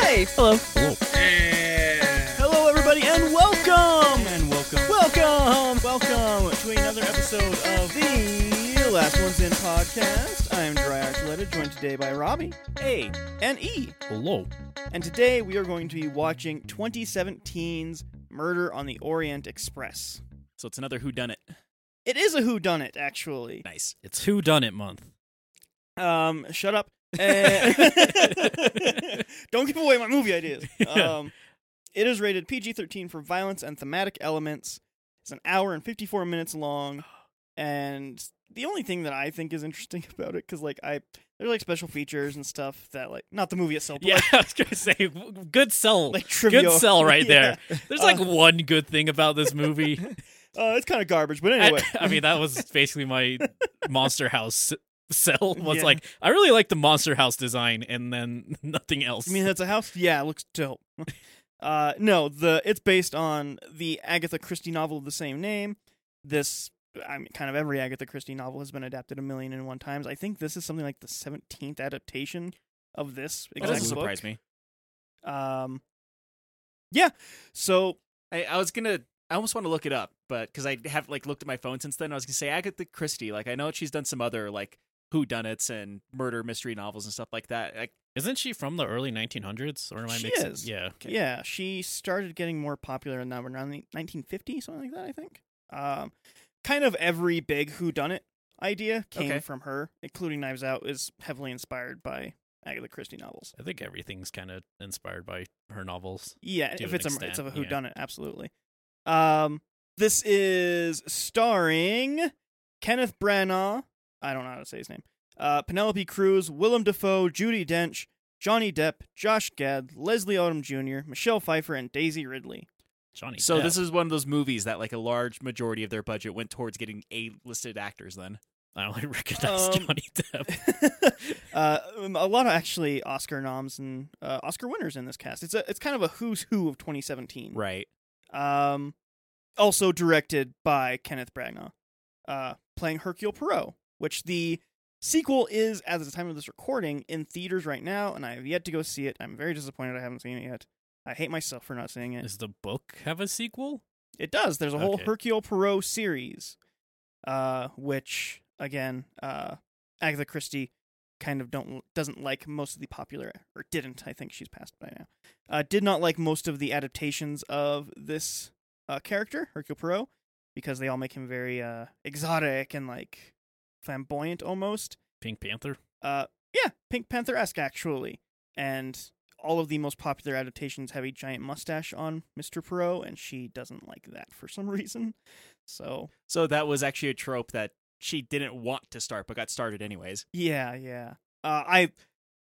Hey, hello. Hello, everybody, and welcome. And welcome. Welcome, welcome to another episode of the Last Ones In podcast. I am Dry Archuleta, joined today by Robbie Hey. and E. Hello. And today we are going to be watching 2017's Murder on the Orient Express. So it's another Who Done It. It is a whodunit, actually. Nice. It's Who Done It month. Um, shut up. Eh, Don't give away my movie ideas. Um, it is rated PG 13 for violence and thematic elements. It's an hour and 54 minutes long. And the only thing that I think is interesting about it, because, like, I. There's like special features and stuff that like not the movie itself, but Yeah, like, I was gonna say, w- good sell, like trivia. good sell right Yeah. there. There's like one good thing about this movie. Uh, it's kind of garbage, but I- anyway, I, mean, that was basically my Monster House s- sell. Was Yeah. like, I really like the Monster House design, and then nothing else. I mean, uh, that's a house. Yeah, it looks dope. uh, no, the it's based on the Agatha Christie novel of the same name. This, I mean, kind of every Agatha Christie novel has been adapted a million and one times. I think this is something like the seventeenth adaptation of this That exact doesn't book. surprise me. Um, yeah. So I, I was gonna. I almost want to look it up, but because I have like looked at my phone since then, I was gonna say Agatha Christie. Like I know she's done some other like Who Done It's and murder mystery novels and stuff like that. Like isn't she from the early 1900s? Or am I She mixing? is. Yeah, Okay. Yeah, she started getting more popular in that around the 1950, something like that, I think. Um, kind of every big whodunit idea came Okay. from her, including Knives Out is heavily inspired by Agatha Christie novels. I think everything's kind of inspired by her novels. Yeah, To if an it's a it's extent, a yeah. whodunit, absolutely. Um, this is starring Kenneth Branagh. I don't know how to say his name. Uh, Penelope Cruz, Willem Dafoe, Judy Dench, Johnny Depp, Josh Gad, Leslie Odom Jr., Michelle Pfeiffer, and Daisy Ridley. Johnny. so, Depp. this is one of those movies that like a large majority of their budget went towards getting A-listed actors. Then I only recognize Um, Johnny Depp. uh, um, a lot of actually Oscar noms and uh, Oscar winners in this cast. It's a it's kind of a who's who of 2017. right. Um, also directed by Kenneth Branagh, uh, playing Hercule Poirot, which the sequel is at the time of this recording in theaters right now, and I have yet to go see it. I'm very disappointed I haven't seen it yet. I hate myself for not seeing it. Does the book have a sequel? It does. There's a whole Okay. Hercule Poirot series, uh, which again, uh, Agatha Christie kind of don't doesn't like most of the popular or didn't. I think she's passed by now. Uh, did not like most of the adaptations of this uh, character Hercule Poirot because they all make him very uh, exotic and like flamboyant almost. Pink Panther. Uh, yeah, Pink Panther esque actually, and. All of the most popular adaptations have a giant mustache on Mr. Poirot, and she doesn't like that for some reason. So So that was actually a trope that she didn't want to start, but got started anyways. Yeah, yeah. Uh, I,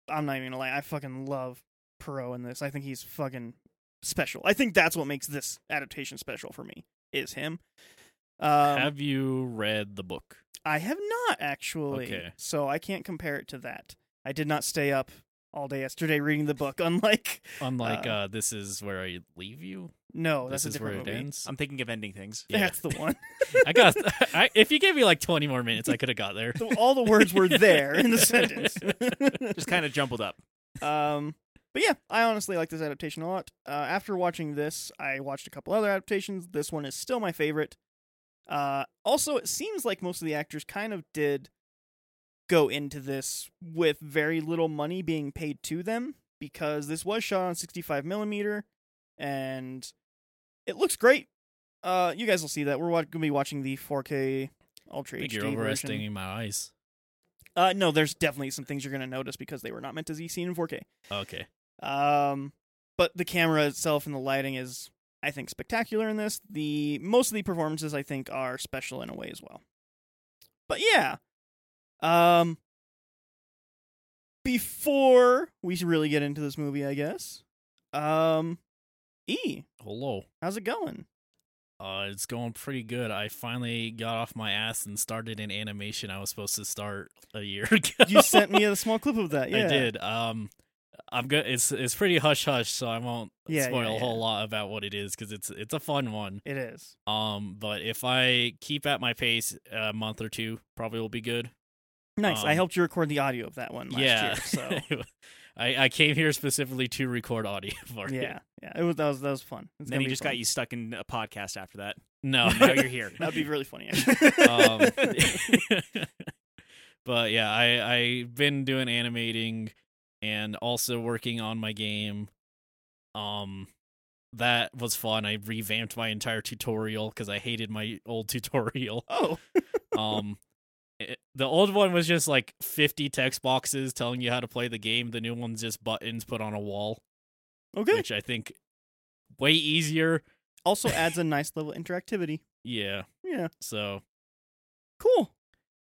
I'm not even gonna lie. I fucking love Perot in this. I think he's fucking special. I think that's what makes this adaptation special for me is him. Um, have you read the book? I have not actually, Okay. so I can't compare it to that. I did not stay up all day yesterday reading the book. Unlike Unlike Uh, uh, this is where I leave you. no, this that's a is where different it movie. ends. I'm thinking of ending things. Yeah. That's the one. I got. I, if you gave me like 20 more minutes, I could have got there. So all the words were there in the sentence. Just kind of jumbled up. Um, but yeah, I honestly like this adaptation a lot. Uh, after watching this, I watched a couple other adaptations. This one is still my favorite. Uh, also, it seems like most of the actors kind of did go into this with very little money being paid to them because this was shot on 65 millimeter, and it looks great. Uh, you guys will see that we're wa- gonna be watching the 4K I Ultra think HD you're version. overestimating my eyes. Uh, no, there's definitely some things you're gonna notice because they were not meant to be seen in 4K. Okay. Um, but the camera itself and the lighting is, I think, spectacular in this. The most of the performances, I think, are special in a way as well. But yeah, um, before we really get into this movie, I guess, um, E, Hello. how's it going? Uh, it's going pretty good. I finally got off my ass and started an animation I was supposed to start a year ago. You sent me a small clip of that. Yeah, I did. Um, I'm good. It's it's pretty hush hush, so I won't Yeah, yeah, spoil yeah. a whole lot about what it is because it's it's a fun one. It is. Um, but if I keep at my pace, a month or two probably will be good. Nice. I Um, helped you record the audio of that one last yeah. year. So I, I came here specifically to record audio for you. Yeah, yeah. It was that was that was fun. It's then gonna he be just fun. got you stuck in a podcast after that. Oh, No. now you're here. That'd be really funny. Actually. um, but yeah, I I've been doing animating and also working on my game. Um, that was fun. I revamped my entire tutorial because I hated my old tutorial. Oh, Um, it- the old one was just like fifty text boxes telling you how to play the game. The new one's just buttons put on a wall, okay. which I think way easier. Also adds a nice level of interactivity. Yeah. Yeah, So cool.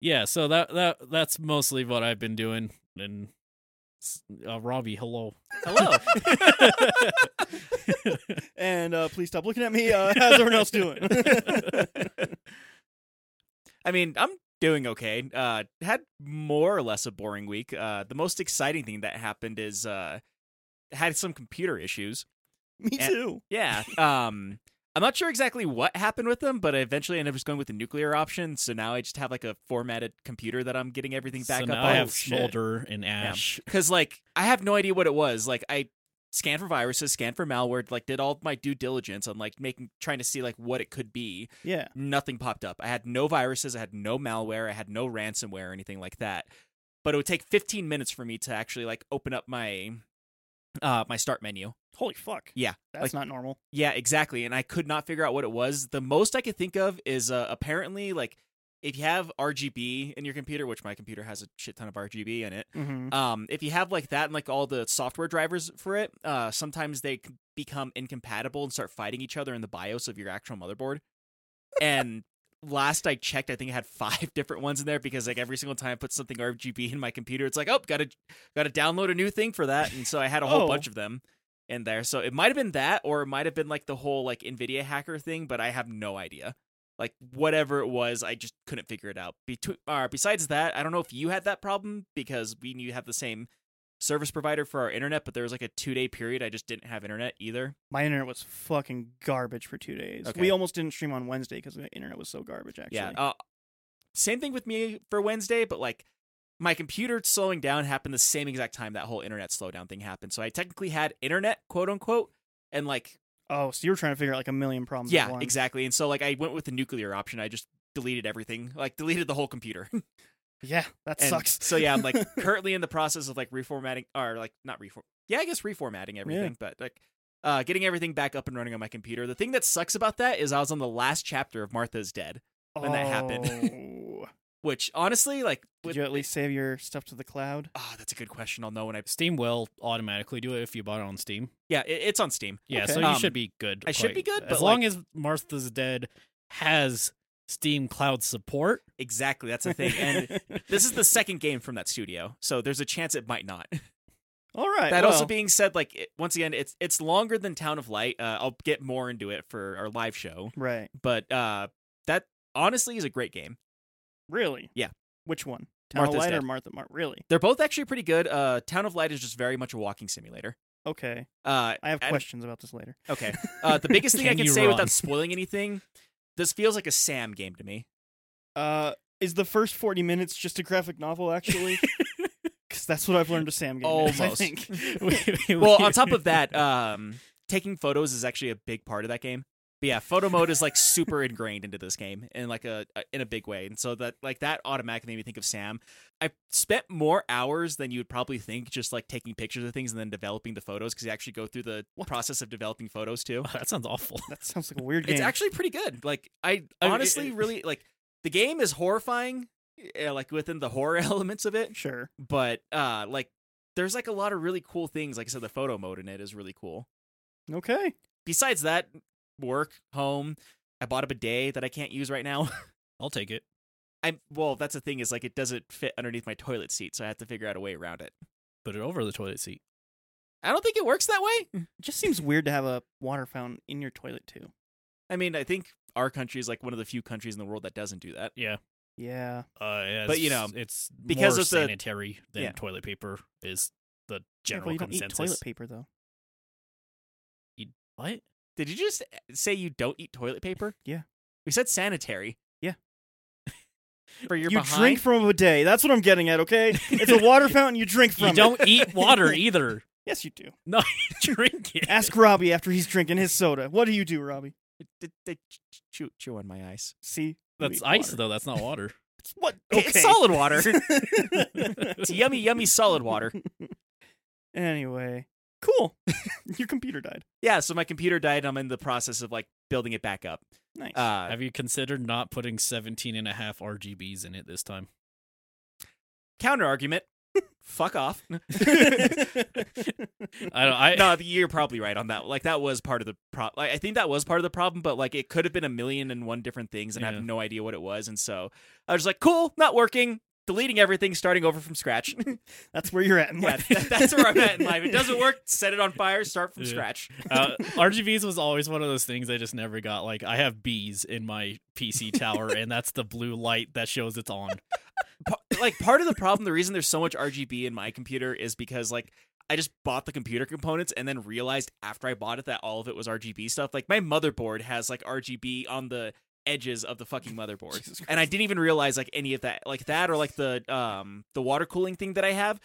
yeah so that that that's mostly what i've been doing and s- uh, robbie hello Hello. And uh, please stop looking at me. Uh, how's everyone else doing? I mean, I'm doing okay. Uh, had more or less a boring week. Uh, the most exciting thing that happened is uh, had some computer issues. me And- too. Yeah. Um, I'm not sure exactly what happened with them, but I eventually ended up just going with the nuclear option. So now I just have like a formatted computer that I'm getting everything back so up now on. i have shit. smolder and ash because like I have no idea what it was. Like I scanned for viruses, scanned for malware, like did all my due diligence on like making trying to see like what it could be. Yeah. Nothing popped up. I had no viruses, I had no malware, I had no ransomware or anything like that. But it would take 15 minutes for me to actually like open up my uh my start menu. Holy fuck. Yeah, That's like- not normal. Yeah, exactly. And I could not figure out what it was. The most I could think of is uh, apparently like if you have RGB in your computer, which my computer has a shit ton of RGB in it, Mm-hmm. um, if you have like that and like all the software drivers for it, uh, sometimes they c- become incompatible and start fighting each other in the BIOS of your actual motherboard. And last I checked, I think I had five different ones in there because like every single time I put something RGB in my computer, it's like, oh, gotta gotta download a new thing for that. And so I had a whole Oh. bunch of them in there. So it might have been that, or it might have been like the whole like Nvidia hacker thing, but I have no idea. Like whatever it was, I just couldn't figure it out. Between uh, besides that, I don't know if you had that problem because we knew you have the same service provider for our internet, but there was like a two day period I just didn't have internet either. My internet was fucking garbage for two days. Okay. We almost didn't stream on Wednesday because the internet was so garbage. Actually. Yeah. Uh, same thing with me for Wednesday, but like my computer slowing down happened the same exact time that whole internet slowdown thing happened. So I technically had internet, quote unquote, and like oh, so you were trying to figure out like a million problems. at yeah, once. exactly. And so like I went with the nuclear option. I just deleted everything, like deleted the whole computer. Yeah, that And sucks. So yeah, I'm like currently in the process of like reformatting or like not reform. Yeah, I guess reformatting everything, but like uh getting everything back up and running on my computer. The thing that sucks about that is I was on the last chapter of Martha's Dead, when that happened. Oh. which honestly like Did with- you at least save your stuff to the cloud? Ah, that's a good question. I'll know when I steam will automatically do it if you bought it on steam Yeah, it, it's on Steam. yeah Okay. so you Um, should be good I should be good, as but, long as martha's dead has steam cloud support Exactly, that's the thing. And this is the second game from that studio, so there's a chance it might not. All right. that also well, being said, like it, once again, it's it's longer than Town of Light. Uh, I'll get more into it for our live show, right. but uh, that honestly is a great game. Really? Yeah. Which one? Town of Martha's Light or Dead. Martha? Mar- really? They're both actually pretty good. Uh, Town of Light is just very much a walking simulator. Okay. Uh, I have Adam- questions about this later. okay. Uh, the biggest thing I Can can you say run? without spoiling anything, this feels like a Sam game to me. Uh, is the first forty minutes just a graphic novel actually? Because that's what I've learned with Sam game. is, I Almost. think. well, on top of that, um, taking photos is actually a big part of that game. But yeah, photo mode is like super ingrained into this game in like a in a big way, and so that like that automatically made me think of Sam. I spent more hours than you would probably think just like taking pictures of things and then developing the photos because you actually go through the process of developing photos too. that sounds awful That sounds like a weird game. It's actually pretty good. Like I I- honestly it- really like the game is horrifying, eh, like within the horror elements of it sure. but uh like there's like a lot of really cool things like i said the photo mode in it is really cool Okay. besides that work home i bought a bidet that i can't use right now i'll take it i'm well that's the thing is like it doesn't fit underneath my toilet seat so i have to figure out a way around it put it over the toilet seat i don't think it works that way Just seems weird to have a water fountain in your toilet too. i mean i think our country is like one of the few countries in the world that doesn't do that Yeah. uh, yeah, But, it's- you know, it's because more of the- sanitary than Yeah. toilet paper is the General general you don't consensus eat toilet paper though. what did you just say you don't eat toilet paper Yeah. we said sanitary for your you behind. drink from a bidet. That's what I'm getting at. Okay, it's a water fountain. You drink from. You it. don't eat water either. Yes, you do. Drink it. Ask Robbie after he's drinking his soda. What do you do, Robbie? D- d- ch- chew, chew on my ice. See, you That's eat ice water. though. That's not water. It's what? It's solid water. water. it's yummy, yummy solid water. anyway, cool. Your computer died. Yeah, so my computer died. I'm in the process of like building it back up. Nice. Uh, Have you considered not putting 17 and a half RGBs in it this time? counter argument. Fuck off. I don't. I no, you're probably right on that. Like that was part of the problem. Like, I think that was part of the problem, but like it could have been a million and one different things, and I Yeah. have no idea what it was. And so I was like, cool, not working. Deleting everything, starting over from scratch. that's where you're at in yeah, life. that- that's where I'm at in life. It doesn't work. Set it on fire. Start from Yeah. scratch. uh, RGBs was always one of those things I just never got. Like I have bees in my PC tower, and that's the blue light that shows it's on. Pa- like part of the problem, the reason there's so much RGB in my computer is because like I just bought the computer components and then realized after I bought it that all of it was RGB stuff. Like my motherboard has like RGB on the edges of the fucking motherboard. Jesus and I didn't even realize like any of that, like that or like the um the water cooling thing that I have.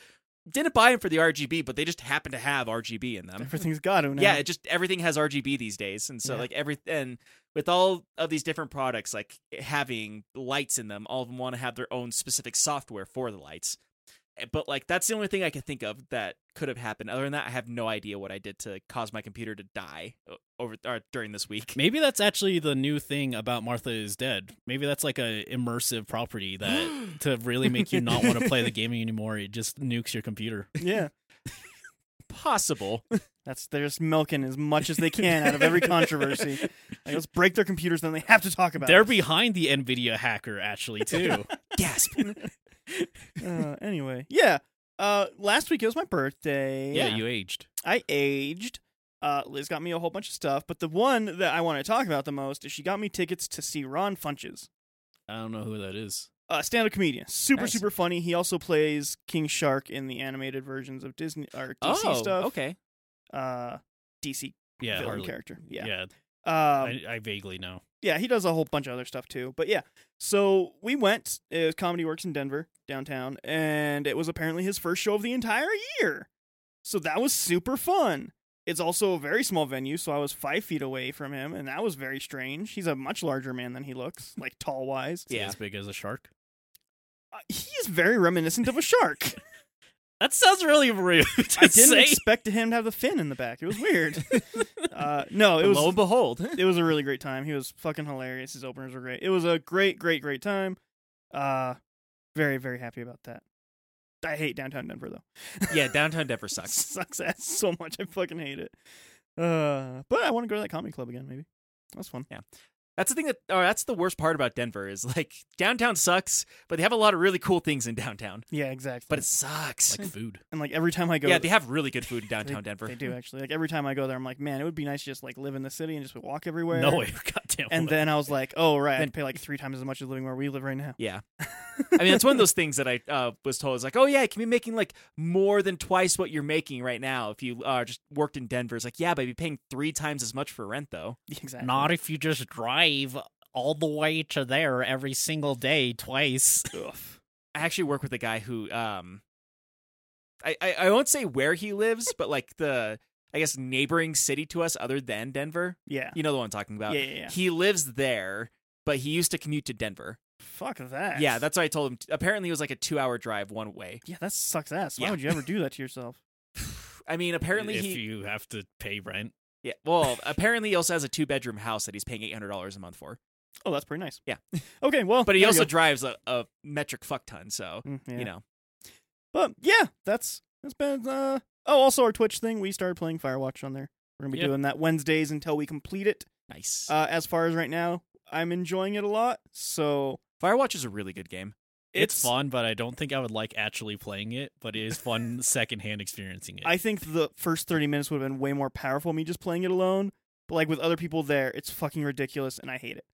Didn't buy them for the RGB, but they just happen to have RGB in them. Everything's got to now. Yeah, it just everything has RGB these days, and so Yeah. like every and with all of these different products, like eh, having lights in them, all of them want to have their own specific software for the lights. Eh, But like that's the only thing I can think of that could have happened. Other than that, I have no idea what I did to cause my computer to die o- over or during this week. Maybe that's actually the new thing about Martha is Dead. Maybe that's like a immersive property that to really make you not want to play the game anymore, it just nukes your computer. yeah. Possible. That's they're just milking as much as they can out of every controversy. Like, let's break their computers, then they have to talk about They're it. behind the Nvidia hacker actually too. Gasp. Uh, anyway, yeah. Uh, last week it was my birthday. yeah, you aged. I aged. Uh, Liz got me a whole bunch of stuff, but the one that I want to talk about the most is she got me tickets to see Ron Funches, I don't know who that is. a stand-up comedian. Super, Nice. super funny. He also plays King Shark in the animated versions of Disney or DC oh, stuff. okay. Uh, DC Yeah, villain hardly. character. Yeah. yeah Um, I, I vaguely know. yeah, he does a whole bunch of other stuff too. But yeah, so we went. It was Comedy Works in Denver downtown, and it was apparently his first show of the entire year. So that was super fun. It's also a very small venue, so I was five feet away from him, and that was very strange. He's a much larger man than he looks, like tall wise. Is he Yeah. as big as a shark. Uh, he is very reminiscent of a shark. That sounds really rude. To I didn't say. expect him to have the fin in the back. It was weird. uh, no, it But was Lo and behold, it was a really great time. He was fucking hilarious. His openers were great. It was a great, great, great time. Uh very, very happy about that. I hate downtown Denver though. yeah, downtown Denver sucks. Sucks ass so much. I fucking hate it. Uh but I want to go to that comedy club again, maybe. That's fun. That's the thing that, or that's the worst part about Denver is like downtown sucks, but they have a lot of really cool things in downtown, Yeah, exactly. but it sucks. like food. and like every time I go yeah, they have really good food in they- downtown Denver. They do actually. Like every time I go there, I'm like, man, it would be nice to just like live in the city and just walk everywhere. No way. Goddamn. And then I was like, oh right, Then- I'd pay like three times as much as living where we live right now. Yeah, I mean it's one of those things that I uh, was told. It's like, oh yeah, you can be making like more than twice what you're making right now if you uh, just worked in Denver. It's like, yeah, but I'd be paying three times as much for rent though. Exactly. not if you just drive all the way to there every single day twice. I actually work with a guy who um I, I, I won't say where he lives, but like the I guess neighboring city to us other than Denver. Yeah. You know the one I'm talking Yeah, about. yeah, yeah. He lives there, but he used to commute to Denver. Fuck that. Yeah, that's what I told him. Apparently it was like a two hour drive one way. Yeah, that sucks ass. Why Yeah. would you ever do that to yourself? I mean apparently if he you have to pay rent. Yeah. Well, apparently he also has a two bedroom house that he's paying eight hundred dollars a month for. Oh, that's pretty nice. Yeah. Okay, well, But he there also you drives a, a metric fuck ton, so go. Mm, yeah. you know. But yeah, that's that's been. Uh... Oh, also our Twitch thing. We started playing Firewatch on there. We're gonna be Yeah. doing that Wednesdays until we complete it. Nice. Uh, as far as right now, I'm enjoying it a lot. So Firewatch is a really good game. It's, fun, but I don't think I would like actually playing it, but it is fun secondhand experiencing it. I think the first 30 minutes would have been way more powerful me just playing it alone. But like with other people there, it's fucking ridiculous, and I hate it.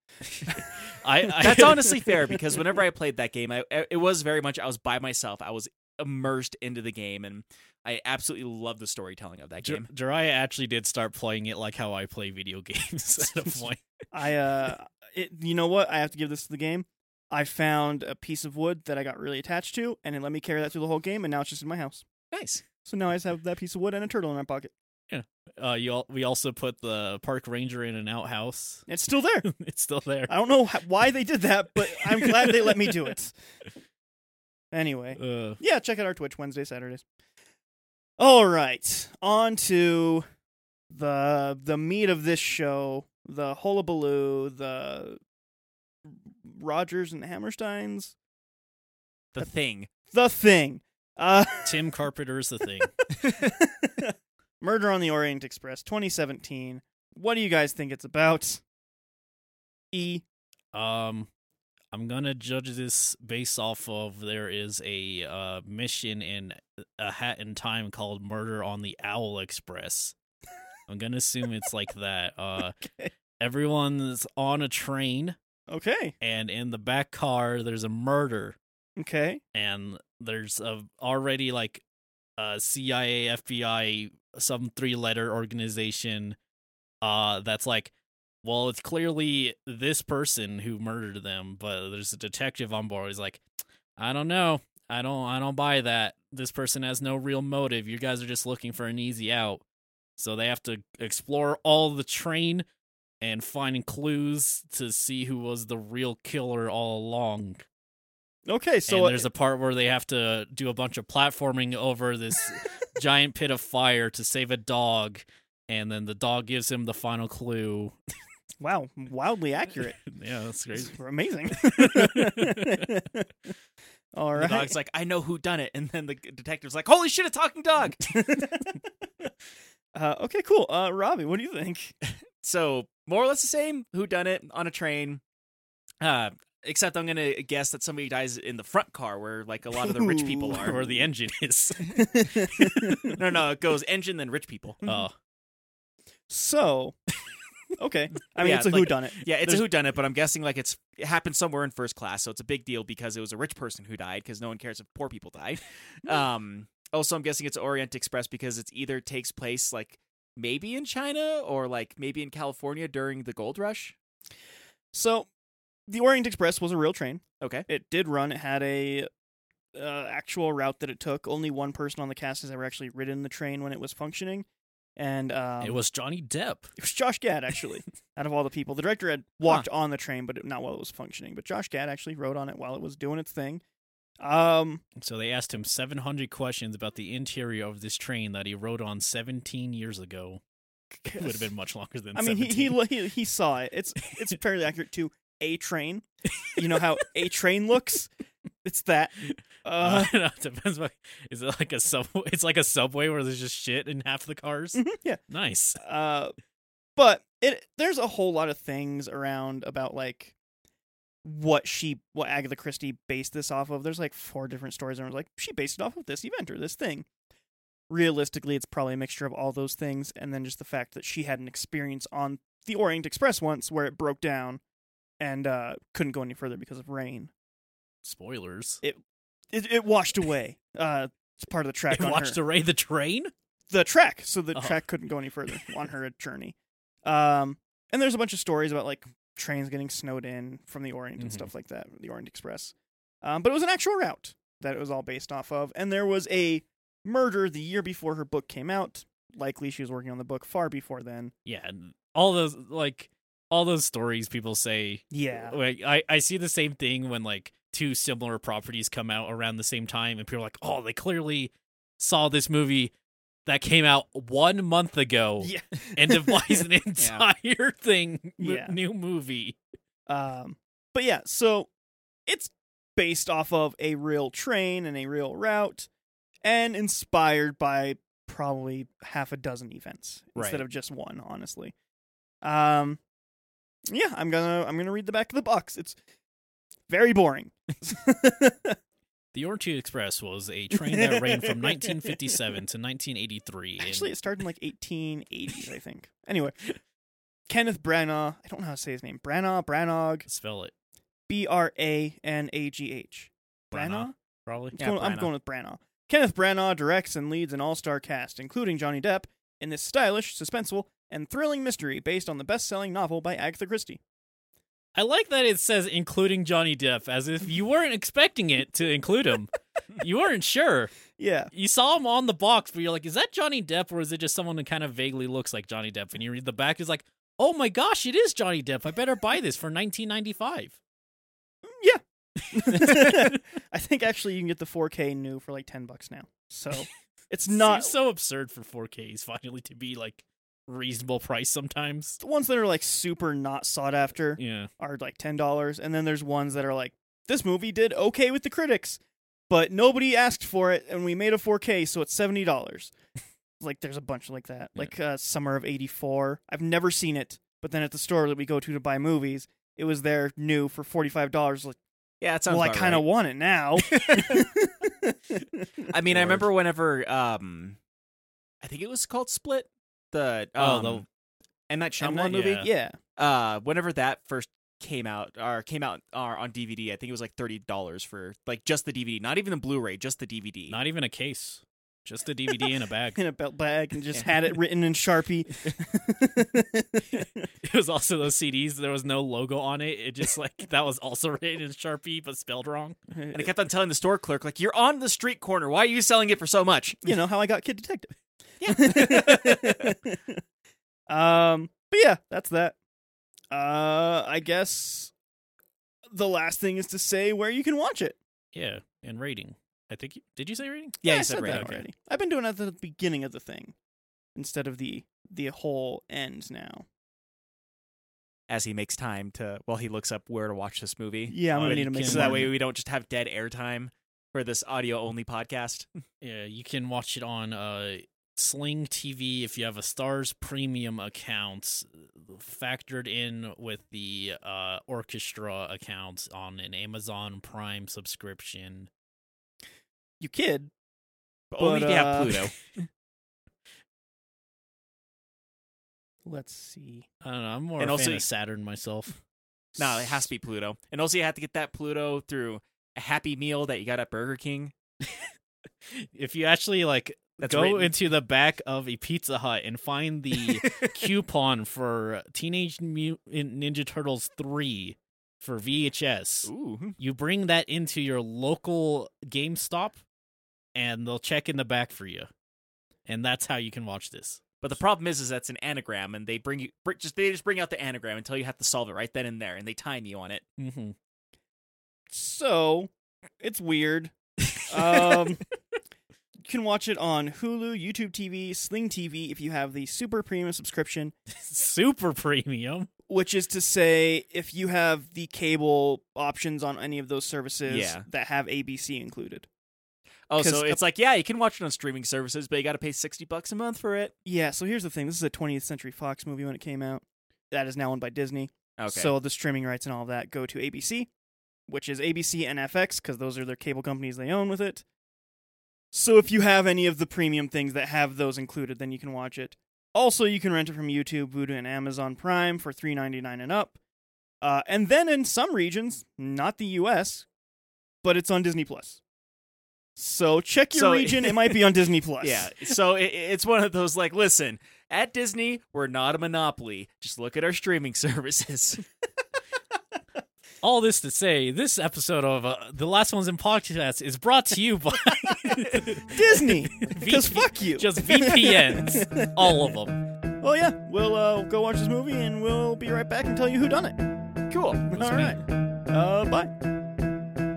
I, I That's honestly fair because whenever I played that game, I e, it was very much I was by myself. I was immersed into the game, and I absolutely love the storytelling of that Jer- game. Jiraiya actually did start playing it like how I play video games at a point. I uh, it, you know what? I have to give this to the game. I found a piece of wood that I got really attached to, and it let me carry that through the whole game, and now it's just in my house. Nice. So now I just have that piece of wood and a turtle in my pocket. Uh, you all, we also put the park ranger in an outhouse. It's still there. it's still there. I don't know h- why they did that, Uh, but I'm glad they let me do it. Anyway, Uh, yeah, check out our Twitch Wednesday, Saturdays. All right, on to the the meat of this show: the hullabaloo, the Rogers and Hammerstein's, The thing. the thing, uh, Tim Carpenter's the thing. Murder on the Orient Express, 2017. What do you guys think it's about? E. Um, I'm gonna judge this based off of there is a uh, mission in a Hat in Time called Murder on the Owl Express. I'm gonna assume it's like that. Uh, Okay. everyone's on a train, Okay. and in the back car there's a murder, Okay. and there's a already like a CIA, FBI, some three letter organization. Uh, that's like, well, it's clearly this person who murdered them, but there's a detective on board. He's like, I don't know, I don't, I don't buy that. This person has no real motive. You guys are just looking for an easy out. So they have to explore all the train and find clues to see who was the real killer all along Okay. So and there's a part where they have to do a bunch of platforming over this giant pit of fire to save a dog, and then the dog gives him the final clue. wow, wildly accurate. yeah, that's crazy. It's amazing. All The right. dog's like, I know who done it, and then the detective's like, Holy shit, a talking dog! uh, okay, cool. Uh, Robbie, what do you think? so more or less the same. Who done it on a train? Uh, except I'm gonna guess that somebody dies in the front car where like a lot of the rich people are. Where the engine is. no, no, it goes engine then rich people. Oh, so, okay. I mean, Yeah, it's a like- whodunit. Yeah, it's a There's- who done it, but I'm guessing like it's it happened somewhere in first class, so it's a big deal because it was a rich person who died because no one cares if poor people died. um, also, I'm guessing it's Orient Express because it's either takes place like maybe in China or like maybe in California during the gold rush. So, the Orient Express was a real train. Okay, It did run. It had a uh, actual route that it took. Only one person on the cast has ever actually ridden the train when it was functioning. And um, it was Johnny Depp. It was Josh Gad actually. out of all the people, the director had walked on the train, but it, not while it was functioning. But Josh Gad actually rode on it while it was doing its thing. Um, So they asked him 700 questions about the interior of this train that he rode on 17 years ago. It would have been much longer than. I mean, he, he 17. lo- he he saw it. It's it's fairly accurate to a train. You know how a train looks. It's that. Uh, Uh, no, it depends. What, is it like a subway? It's like a subway where there's just shit in half the cars. yeah. nice. Uh, but it there's a whole lot of things around about like what she what Agatha Christie based this off of. There's like four different stories and it was like she based it off of this event or this thing. Realistically, it's probably a mixture of all those things and then just the fact that she had an experience on the Orient Express once where it broke down and uh, couldn't go any further because of rain. Spoilers. It, it washed away. Uh, it's part of the track. It on her. watched Ray the train. the track, so the Oh. track couldn't go any further on her journey. Um, and there's a bunch of stories about like trains getting snowed in from the Orient and Mhm. stuff like that, the Orient Express. Um, but it was an actual route that it was all based off of, and there was a murder the year before her book came out. Likely, she was working on the book far before then. yeah and all those like all those stories people say Yeah, like i i see the same thing when like two similar properties come out around the same time and people are like oh they clearly saw this movie that came out one month ago yeah. and devised an entire thing mo- Yeah. new movie Um, but yeah, so it's based off of a real train and a real route, and inspired by probably half a dozen events instead Right. of just one. Honestly, um, yeah, I'm gonna I'm gonna read the back of the box. It's very boring. the Orange Express was a train that ran from 1957 to 1983. and- Actually, it started in like 1880s, I think. Anyway, Kenneth Branagh. I don't know how to say his name. Branagh, Branagh, spell it B R A N A G H. Branagh? Branagh. probably. Yeah, Going- I'm Branagh. going with Branagh. Kenneth Branagh directs and leads an all-star cast, including Johnny Depp, in this stylish, suspenseful, and thrilling mystery based on the best-selling novel by Agatha Christie. I like that it says including Johnny Depp, as if you weren't expecting it to include him. you weren't sure. Yeah. You saw him on the box, but you're like, is that Johnny Depp or is it just someone who kind of vaguely looks like Johnny Depp? And you read the back, it's like, oh my gosh, it is Johnny Depp. I better buy this for 1995. I think actually you can get the 4K new for like 10 bucks now. So it's not Seems so absurd for 4Ks finally to be like reasonable price sometimes. the ones that are like super not sought after Yeah. are like $10 and then there's ones that are like this movie did okay with the critics, but nobody asked for it and we made a 4K so it's $70. like there's a bunch like that. Yeah. Like uh, Summer of 84. I've never seen it, but then at the store that we go to to buy movies, it was there new for $45 like Yeah, it sounds. well I about kind of right. want it now. I mean, I Lord. remember whenever um, I think it was called Split. The um, oh, M Night M. Shyamalan Night, movie. Yeah. yeah. Uh, whenever that first came out or came out uh, on DVD, I think it was like thirty dollars for like just the DVD, not even the Blu-ray, just the the, DVD. not even a case, just a DVD in a bag. in a belt bag and just Yeah. had it written in Sharpie. It was also those CDs. There was no logo on it. It just like that was also written in Sharpie but spelled wrong. and I kept on telling the store clerk, like, "You're on the street corner. Why are you selling it for so much?" you know how I got Kid Detective. Yeah. um, but yeah, that's that. Uh, I guess the last thing is to say where you can watch it. Yeah, and rating. I think you, did you say rating? Yeah, I you said, said right. that okay. already. I've been doing that at the beginning of the thing instead of the the whole end now. As he makes time to, well, he looks up where to watch this movie. Yeah, I'm Oh, gonna it need to make can- so some that more. way we don't just have dead airtime for this audio only podcast. Yeah, you can watch it on uh Sling TV if you have a Stars Premium account, factored in with the uh orchestra account on an Amazon Prime subscription. you kid. But, only But, if you have uh, Pluto. Let's see. I don't know. I'm more And a also fan you- of Saturn myself. no, it has to be Pluto. And also, you have to get that Pluto through a Happy Meal that you got at Burger King. If you actually like That's go written. E. into the back of a Pizza Hut and find the coupon for uh, Teenage Mutant Ninja Turtles 3 for VHS. Ooh, You bring that into your local GameStop and they'll check in the back for you. And that's how you can watch this. but the problem is, is that's an anagram, and they bring you br- just they just bring out the anagram until you have to solve it right then and there, and they time you on it. Mm-hmm. So it's weird. Um, you can watch it on Hulu, YouTube TV, Sling TV if you have the super premium subscription, Super premium. which is to say, if you have the cable options on any of those services Yeah. that have ABC included. Oh, 'Cause so a- it's like yeah, you can watch it on streaming services, but you got to pay sixty bucks a month for it. Yeah, so here's the thing this is a 20th Century Fox movie when it came out. That is now owned by Disney. Okay, So the streaming rights and all of that go to ABC, which is ABC and FX because those are their cable companies they own with it. So if you have any of the premium things that have those included, then you can watch it. Also, you can rent it from YouTube, Vudu, and Amazon Prime for three ninety nine and up. Uh, and then in some regions, not the U.S., but it's on Disney Plus. So check your So- region; it might be on Disney Plus. yeah, so it, it's one of those like, listen, at Disney, we're not a monopoly. Just look at our streaming services. All this to say, this episode of uh, The Last Ones in Podcast is brought to you by Disney, because fuck you. just VPNs, all of them. Oh yeah, we'll uh, go watch this movie and we'll be right back and tell you who done it. cool. All right. Uh, bye.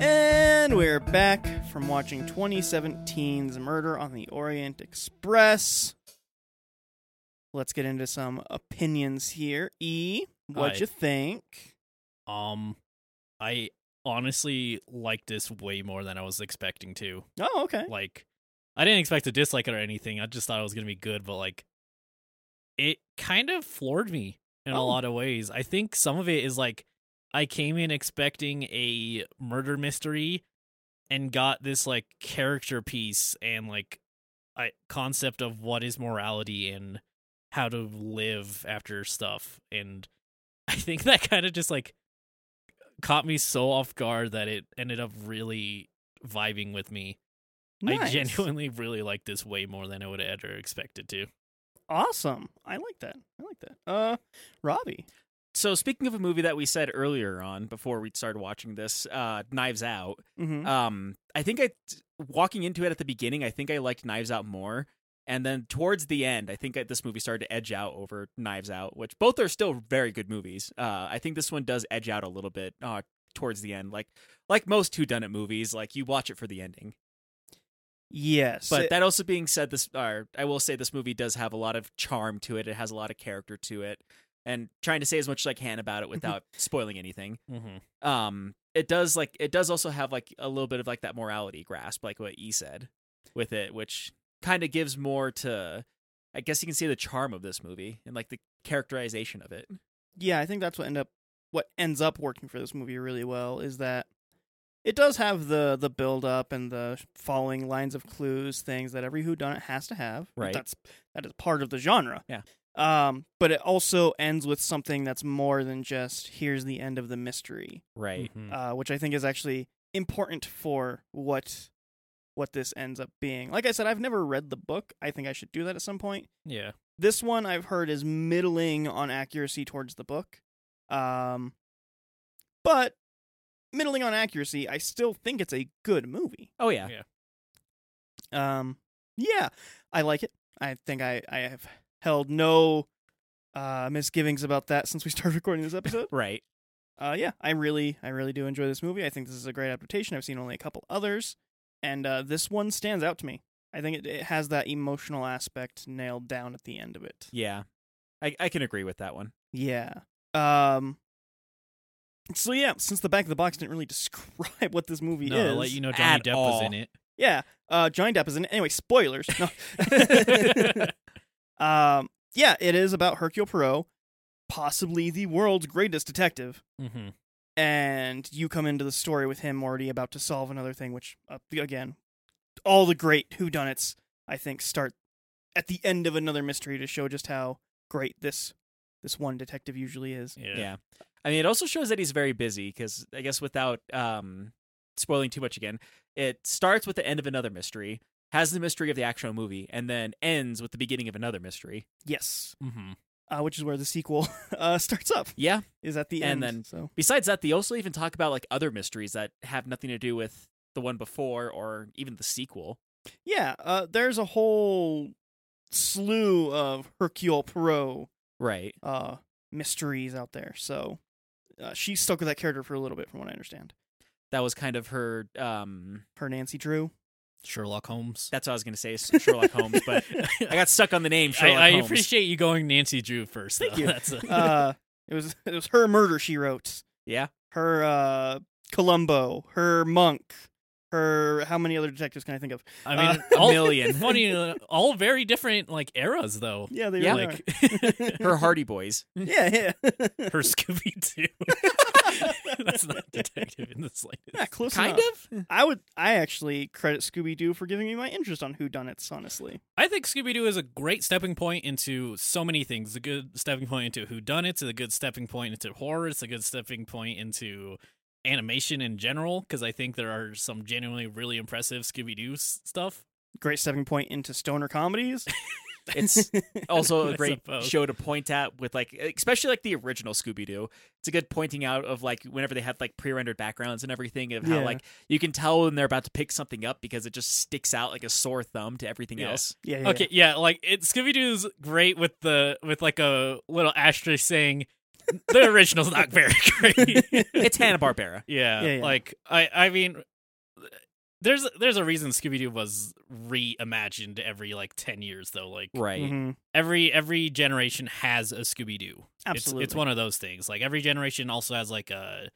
And we're back from watching 2017's Murder on the Orient Express. Let's get into some opinions here. E, what'd Hi. you think? Um, I honestly like this way more than I was expecting to. Oh, okay. Like, I didn't expect to dislike it or anything. I just thought it was gonna be good, but like, it kind of floored me in a Oh. lot of ways. I think some of it is like I came in expecting a murder mystery and got this like character piece and like I, concept of what is morality and how to live after stuff and i think that kind of just like caught me so off guard that it ended up really vibing with me Nice. I genuinely really like this way more than I would have ever expected to. awesome. I like that. I like that. Uh, Robbie. So speaking of a movie that we said earlier on before we started watching this, uh, Knives Out. Mm-hmm. Um, I think I walking into it at the beginning, I think I liked Knives Out more, and then towards the end, I think that this movie started to edge out over Knives Out, which both are still very good movies. Uh, I think this one does edge out a little bit uh, towards the end, like like most Who Done It movies, like you watch it for the ending. yes, But it- that also being said, this or I will say this movie does have a lot of charm to it. It has a lot of character to it, and trying to say as much as I can about it without spoiling anything. Mm-hmm. Um, it does like it does also have like a little bit of like that morality grasp, like what E said with it, which kind of gives more to. I guess you can see the charm of this movie and like the characterization of it. yeah, I think that's what end up what ends up working for this movie really well is that it does have the the build up and the following lines of clues, things that every whodunit has to have. Right. That's that is part of the genre. Yeah. Um, but it also ends with something that's more than just here's the end of the mystery. Right. Hmm. uh, which I think is actually important for what what this ends up being. Like I said, I've never read the book. I think I should do that at some point. Yeah. This one I've heard is middling on accuracy towards the book, um, but middling on accuracy. I still think it's a good movie. Oh yeah. Yeah. Um, yeah, I like it. I think I I have held no uh, misgivings about that since we started recording this episode. Right. uh, yeah, I really, I really do enjoy this movie. I think this is a great adaptation. I've seen only a couple others, and uh, this one stands out to me. I think it, it has that emotional aspect nailed down at the end of it. Yeah. I I can agree with that one. Yeah. Um. So yeah, since the back of the box didn't really describe what this movie No, is, I'll let you know Johnny at Depp was all. in it. yeah, uh, Johnny Depp is in it. Anyway, spoilers. No. um. Yeah, it is about Hercule Poirot, possibly the world's greatest detective. Mm-hmm. and you come into the story with him already about to solve another thing which uh, again all the great whodunits i think start at the end of another mystery to show just how great this this one detective usually is Yeah. Yeah. I mean, it also shows that he's very busy because I guess without um, spoiling too much again, it starts with the end of another mystery, has the mystery of the actual movie, and then ends with the beginning of another mystery. yes Mm-hmm. uh, which is where the sequel uh, starts up Yeah. is at the end And then- so Besides that, they also even talk about like other mysteries that have nothing to do with the one before or even the sequel. yeah uh, there's a whole slew of hercule poirot Right. uh, mysteries out there so uh, she's stuck with that character for a little bit from what i understand That was kind of her. Um, her nancy drew Sherlock Holmes. that's what I was gonna say, Sherlock Holmes, but I got stuck on the name I, Sherlock I Holmes. appreciate you going Nancy Drew first. Thank though. you. That's a- uh, it was it was her murder she wrote. Yeah. Her uh, Columbo, her monk, her how many other detectives can I think of? I mean, a all, million. Funny, uh, all very different like eras though. Yeah, they Yeah. really Like her Hardy Boys. are. Yeah, yeah. her Scooby Doo. That's not detective in the yeah, slightest. close Kind enough. of. I would I actually credit Scooby Doo for giving me my interest on Who whodunits, honestly. I think Scooby Doo is a great stepping point into so many things. It's a good stepping point into whodunits. It's a good stepping point into horror. It's a good stepping point into animation in general because I think there are some genuinely really impressive Scooby Doo stuff. Great stepping point into stoner comedies. It's also I a great suppose. show to point at with like especially like the original scooby-doo it's a good pointing out of like whenever they have like pre-rendered backgrounds and everything of how Yeah. like you can tell when they're about to pick something up because it just sticks out like a sore thumb to everything Yeah. else yeah, yeah, Okay, yeah, like it Scooby Doo's great with the with like a little asterisk saying the original's not very great. it's hanna-barbera Yeah, Yeah, yeah. like I, I mean, there's there's a reason Scooby Doo was reimagined every like ten years though. Like yeah. right Mhm. every every generation has a Scooby Doo. It's, Absolutely. it's one of those things. Like every generation also has like a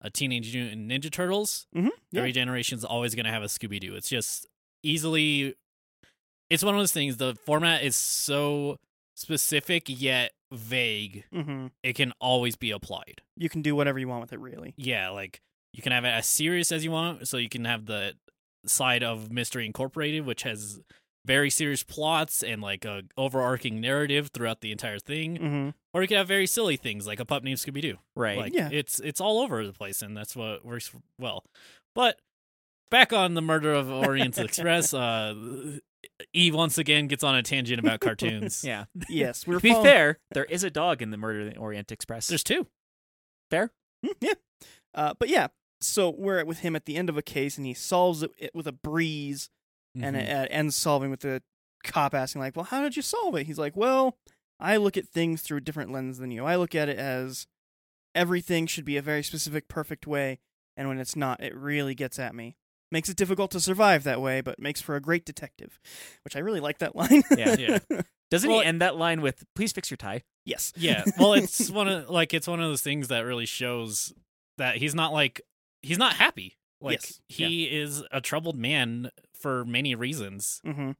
a Teenage Mutant Ninja Turtles. Mhm, yeah. Every generation's always gonna have a Scooby Doo. It's just easily. It's one of those things. The format is so specific yet vague. Mhm. It can always be applied. You can do whatever you want with it, really. Yeah, like you can have it as serious as you want, so you can have the side of Mystery Incorporated, which has very serious plots and like a overarching narrative throughout the entire thing, hmm or you can have very silly things like a pup named Scooby Doo. right Like Yeah. it's it's all over the place, and that's what works well. But back on the murder of Orient Express. Uh, E once again gets on a tangent about cartoons. Yeah. Yes, we To were be following- fair, there is a dog in the Murder in the Orient Express. There's two. fair. Hmm, yeah. Uh, but yeah, so we're with him at the end of a case, and he solves it, it with a breeze, Mm-hmm. and it uh, ends solving with the cop asking, like, "Well, how did you solve it?" He's like, "Well, I look at things through a different lens than you. I look at it as everything should be a very specific, perfect way, and when it's not, it really gets at me." Makes it difficult to survive that way, but makes for a great detective, which I really like that line. Yeah. Yeah. Doesn't Well, he end that line with "Please fix your tie"? yes. yeah. Well, it's one of like it's one of those things that really shows that he's not like he's not happy. Like Yes. he is a troubled man for many reasons, Mm-hmm.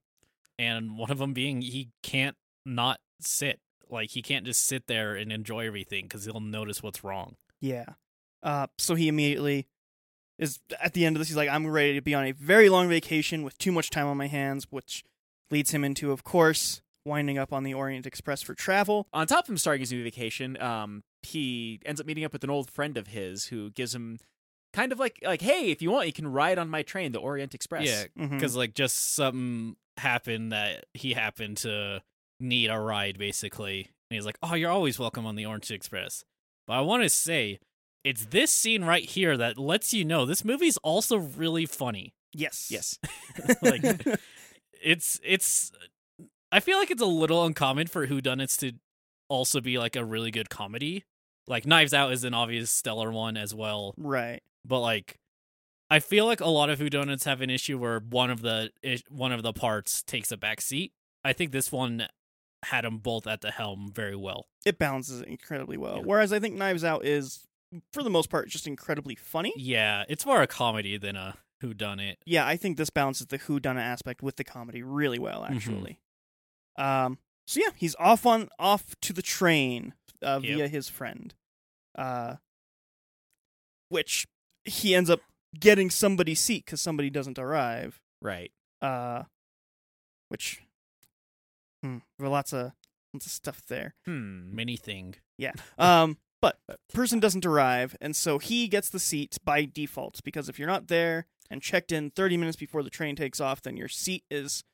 and one of them being he can't not sit. Like he can't just sit there and enjoy everything because he'll notice what's wrong. Yeah. Uh, so he immediately is at the end of this. He's like, "I'm ready to be on a very long vacation with too much time on my hands," which leads him into, of course, winding up on the Orient Express for travel. On top of him starting his new vacation, um, he ends up meeting up with an old friend of his who gives him kind of like like, "Hey, if you want, you can ride on my train, the Orient Express." Yeah, Mhm. because like just something happened that he happened to need a ride basically and he's like oh you're always welcome on the orange express but i want to say it's this scene right here that lets you know this movie's also really funny Yes. Yes. like it's it's i feel like it's a little uncommon for whodunits to also be like a really good comedy like knives out is an obvious stellar one as well Right. but like I feel like a lot of whodunits have an issue where one of the i- one of the parts takes a back seat. I think this one had them both at the helm very well. It balances it incredibly well. Yeah. Whereas I think Knives Out is, for the most part, just incredibly funny. Yeah, it's more a comedy than a whodunit. yeah, I think this balances the who done aspect with the comedy really well, Mhm. actually. Um, so yeah, he's off on off to the train uh, Yep. via his friend, uh, which he ends up getting somebody's seat because somebody doesn't arrive. Right. Uh, which hmm, there were lots of lots of stuff there. Hmm. Mini thing. Um, but person doesn't arrive, and so he gets the seat by default because if you're not there and checked in 30 minutes before the train takes off, then your seat is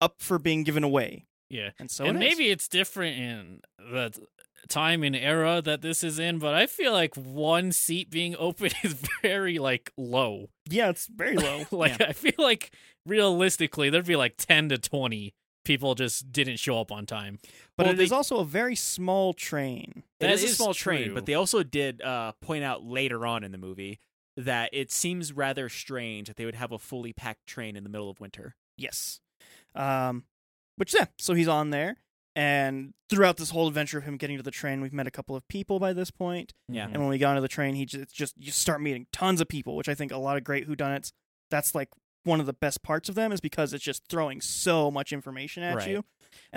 up for being given away. Yeah. And so and it is. maybe it's different in the t- time and era that this is in, but I feel like one seat being open is very like low. yeah, it's very low. Like I feel like realistically there'd be like 10 to 20 people just didn't show up on time. but Well, it they- is also a very small train. It That is, is a small train, true. but they also did uh, point out later on in the movie that it seems rather strange that they would have a fully packed train in the middle of winter. Yes. Um, which yeah, so he's on there, and throughout this whole adventure of him getting to the train, we've met a couple of people by this point. Yeah. And when we got into the train, he just, just you start meeting tons of people, which I think a lot of great whodunits. That's like one of the best parts of them is because it's just throwing so much information at Right. you, and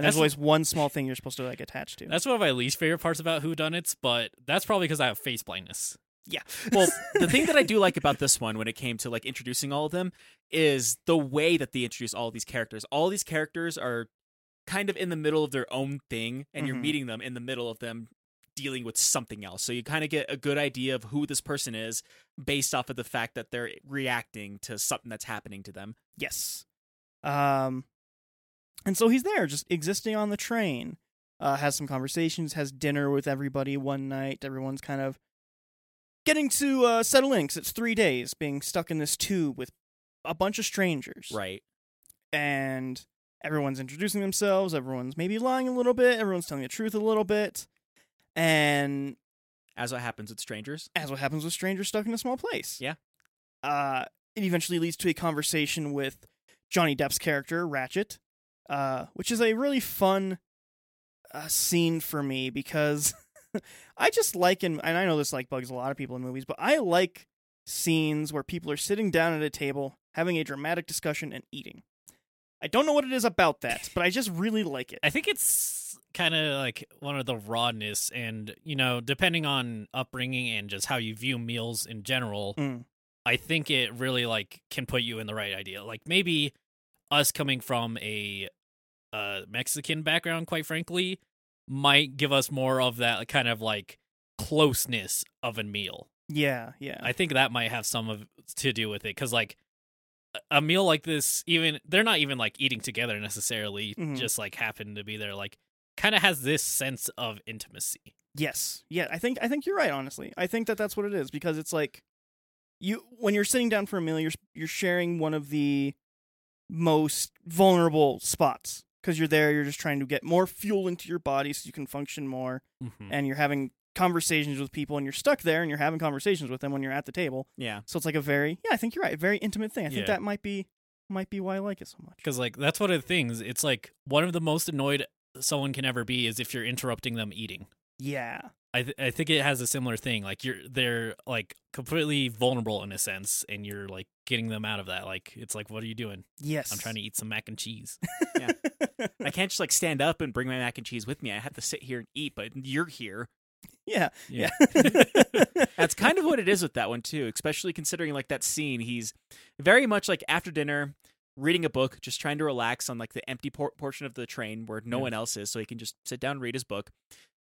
That's- there's always one small thing you're supposed to like attach to. That's one of my least favorite parts about Who Done It's, but that's probably because I have face blindness. yeah. Well, the thing that I do like about this one when it came to like introducing all of them is the way that they introduce all these characters. All these characters are kind of in the middle of their own thing and you're Mhm. meeting them in the middle of them dealing with something else. So you kind of get a good idea of who this person is based off of the fact that they're reacting to something that's happening to them. Yes. Um, and so he's there, just existing on the train. Uh, has some conversations, has dinner with everybody one night. Everyone's kind of getting to uh, settle in 'cause it's three days being stuck in this tube with a bunch of strangers. Right. and everyone's introducing themselves. Everyone's maybe lying a little bit. Everyone's telling the truth a little bit. And As what happens with strangers. as what happens with strangers stuck in a small place. Yeah. Uh, it eventually leads to a conversation with Johnny Depp's character, Ratchet, uh, which is a really fun uh, scene for me because I just like, and, and I know this like bugs a lot of people in movies, but I like scenes where people are sitting down at a table, having a dramatic discussion, and eating. I don't know what it is about that, but I just really like it. I think it's kind of like one of the rawness, and you know, depending on upbringing and just how you view meals in general, Mm. I think it really like can put you in the right idea. Like maybe us coming from a uh, Mexican background, quite frankly, might give us more of that kind of like closeness of a meal. Yeah, yeah. I think that might have some of to do with it because like a meal like this even they're not even like eating together necessarily Mhm. just like happen to be there like kind of has this sense of intimacy Yes. Yeah, I think I think you're right honestly. I think that that's what it is because it's like you when you're sitting down for a meal you're you're sharing one of the most vulnerable spots because you're there you're just trying to get more fuel into your body so you can function more Mm-hmm. and you're having conversations with people and you're stuck there and you're having conversations with them when you're at the table. Yeah. So it's like a very Yeah, I think you're right. A very intimate thing. I think Yeah. that might be might be why I like it so much. because like that's one of the things it's like one of the most annoyed someone can ever be is if you're interrupting them eating Yeah. I, th- I think it has a similar thing like you're they're like completely vulnerable in a sense and you're like getting them out of that like it's like what are you doing Yes. i'm trying to eat some mac and cheese I can't just like stand up and bring my mac and cheese with me. I have to sit here and eat, but you're here. Yeah. Yeah. Yeah. That's kind of what it is with that one too, especially considering like that scene. He's very much like after dinner, reading a book, just trying to relax on like the empty por- portion of the train where no Yeah. one else is, so he can just sit down and read his book.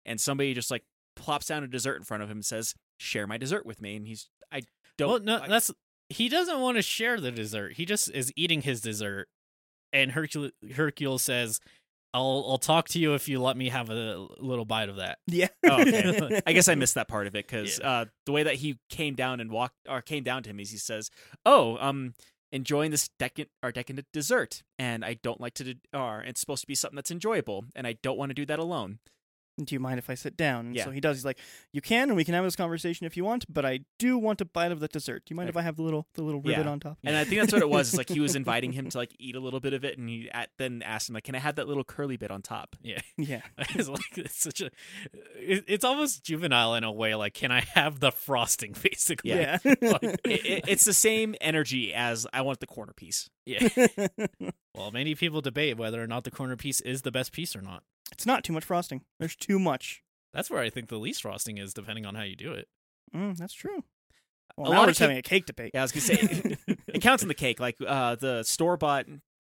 And somebody just like plops down a dessert in front of him and says, "Share my dessert with me." And he's, I don't. well no I- that's he doesn't want to share the dessert he just is eating his dessert and hercule hercule says i'll i'll talk to you if you let me have a little bite of that yeah. Oh, okay. I guess I missed that part of it because Yeah. uh, the way that he came down and walked or came down to him is he says, "Oh, um, enjoying this decadent our decadent dessert, and I don't like to. d- Or it's supposed to be something that's enjoyable, and I don't want to do that alone. do you mind if I sit down? And Yeah. so he does. He's like, you can, and we can have this conversation if you want, but I do want a bite of the dessert. Do you mind if I have the little the little ribbon Yeah. on top? And I think that's what it was. It's like he was inviting him to like eat a little bit of it, and he at, then asked him like, "Can I have that little curly bit on top?" yeah Yeah. it's like it's such a it, it's almost juvenile in a way like can i have the frosting basically Yeah. Like- It, it- it's the same energy as I want the corner piece. yeah well many people debate whether or not the corner piece is the best piece or not it's not too much frosting. There's too much. that's where i think the least frosting is depending on how you do it Mm, that's true. Well, A now lot we're of just having a cake debate. Yeah, I was gonna say it counts in the cake. Like uh, the store bought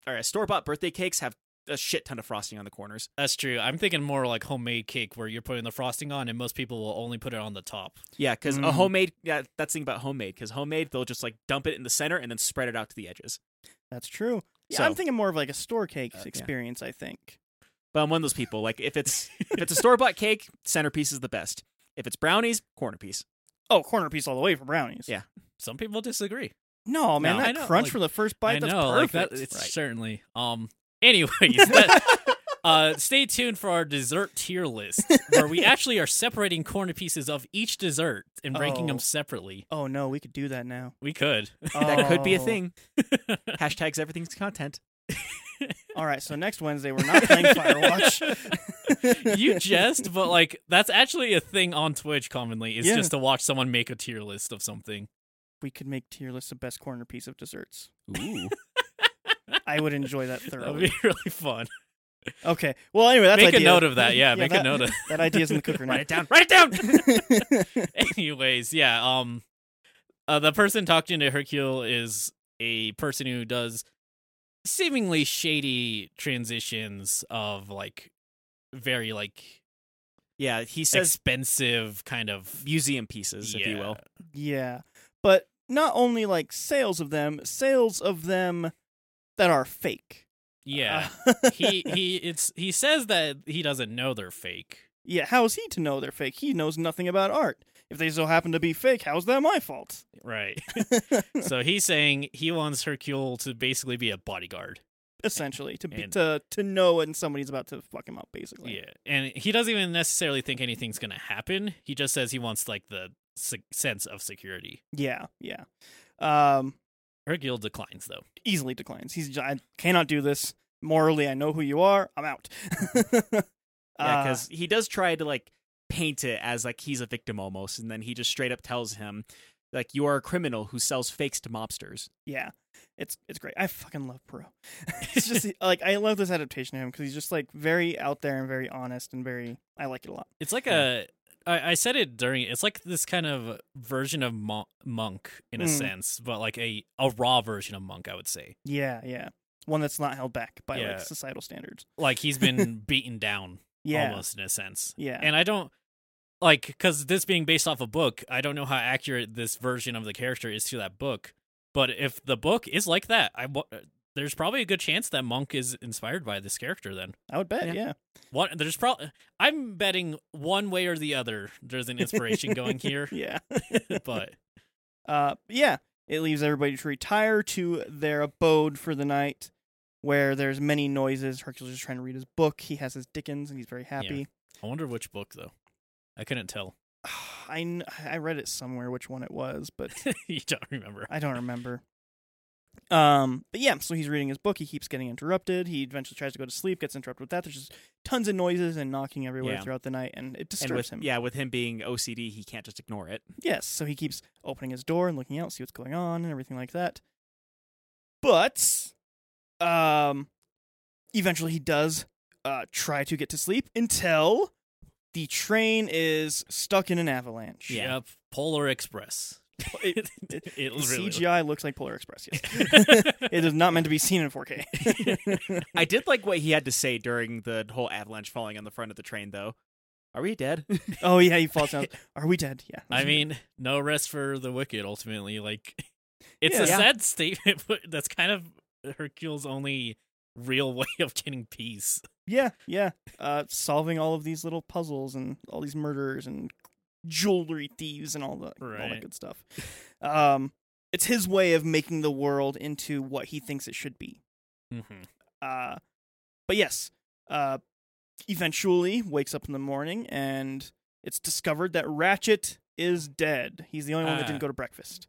or store bought birthday cakes have a shit ton of frosting on the corners. that's true i'm thinking more like homemade cake where you're putting the frosting on and most people will only put it on the top Yeah, because Mm. a homemade. Yeah, that's the thing about homemade. Because homemade, they'll just like dump it in the center and then spread it out to the edges. That's true. Yeah, So- I'm thinking more of like a store cake Uh, yeah. experience. I think. But I'm one of those people. Like if it's if it's a store bought cake, centerpiece is the best. If it's brownies, corner piece. Oh, corner piece all the way for brownies. Yeah. some people disagree No, man, No. that I know, crunch like- for the first bite. I that's know, perfect. like that. It's Right. certainly. Um. Anyways, that- uh, stay tuned for our dessert tier list, where we actually are separating corner pieces of each dessert and ranking Oh. them separately. oh no, we could do that now. We could. That could be a Oh. thing. Hashtags everything's content. All right, so next Wednesday we're not playing Firewatch. you jest, but like that's actually a thing on Twitch commonly. Is Yeah. just to watch someone make a tier list of something. we could make tier lists of best corner piece of desserts. Ooh. I would enjoy that That'd thoroughly. be really fun. Okay. Well, anyway, that's make a idea. note of that. Yeah, make that, a note of. that idea's in the cooker now. Write it down. Write it down. Anyways, yeah. Um, uh, the person talking to Hercule is a person who does seemingly shady transitions of like very like yeah, he says expensive kind of, museum pieces, if you Yeah. will. yeah, but not only like sales of them, sales of them that are fake. Yeah, Uh, he he it's he says that he doesn't know they're fake. yeah. How is he to know they're fake? He knows nothing about art. If they so happen to be fake, how's that my fault? Right. so he's saying he wants Hercule to basically be a bodyguard. Essentially, to be, And- to to know when somebody's about to fuck him up, basically. Yeah, and he doesn't even necessarily think anything's gonna happen. He just says he wants like the se- sense of security. Yeah. Yeah. Um, Hercule declines though. easily declines. He's I cannot do this morally. I know who you are. I'm out. Yeah, Uh, because he does try to like paint it as like he's a victim almost, and then he just straight up tells him, like, you are a criminal who sells fakes to mobsters. Yeah, it's it's great. I fucking love Perot. it's just like I love this adaptation of him because he's just like very out there and very honest and very. I like it a lot. It's like a I, I said it during it's like this kind of version of Mo- monk in a Mm. sense, but like a a raw version of monk, I would say. Yeah, yeah. One that's not held back by Yeah. like societal standards. Like he's been beaten down Yeah, almost in a sense. yeah, And I don't like because this being based off a book, I don't know how accurate this version of the character is to that book. But if the book is like that, I wa- uh, there's probably a good chance that Monk is inspired by this character. Then I would bet, Yeah. yeah. what? There's probably I'm betting one way or the other. There's an inspiration going here, Yeah. but Uh, yeah, it leaves everybody to retire to their abode for the night, where there's many noises. Hercules is trying to read his book. He has his Dickens, and he's very happy. I wonder which book though. I couldn't tell. I kn- I read it somewhere, which one it was, but you don't remember. I don't remember. Um, but yeah, so he's reading his book. He keeps getting interrupted. He eventually tries to go to sleep, gets interrupted with that. There's just tons of noises and knocking everywhere Yeah. throughout the night, and it disturbs and with him. yeah, with him being OCD, he can't just ignore it. Yes, so he keeps opening his door and looking out, see what's going on and everything like that. But um eventually he does uh try to get to sleep until the train is stuck in an avalanche. Yeah. Yep. Polar Express. It- It The really CGI looks like Polar Express. Yes. it is not meant to be seen in 4K. I did like what he had to say during the whole avalanche falling on the front of the train, though. Are we dead? oh yeah, he falls down. Are we dead? Yeah. I mean, no rest for the wicked. Ultimately, like it's a Yeah. sad statement, but that's kind of Hercule's only real way of getting peace. yeah, yeah. Uh, solving all of these little puzzles and all these murders and jewelry thieves and all the all that Right. good stuff. Um, it's his way of making the world into what he thinks it should be. Uh, but yes, uh, eventually wakes up in the morning and it's discovered that Ratchet is dead. He's the only one that Ah. didn't go to breakfast.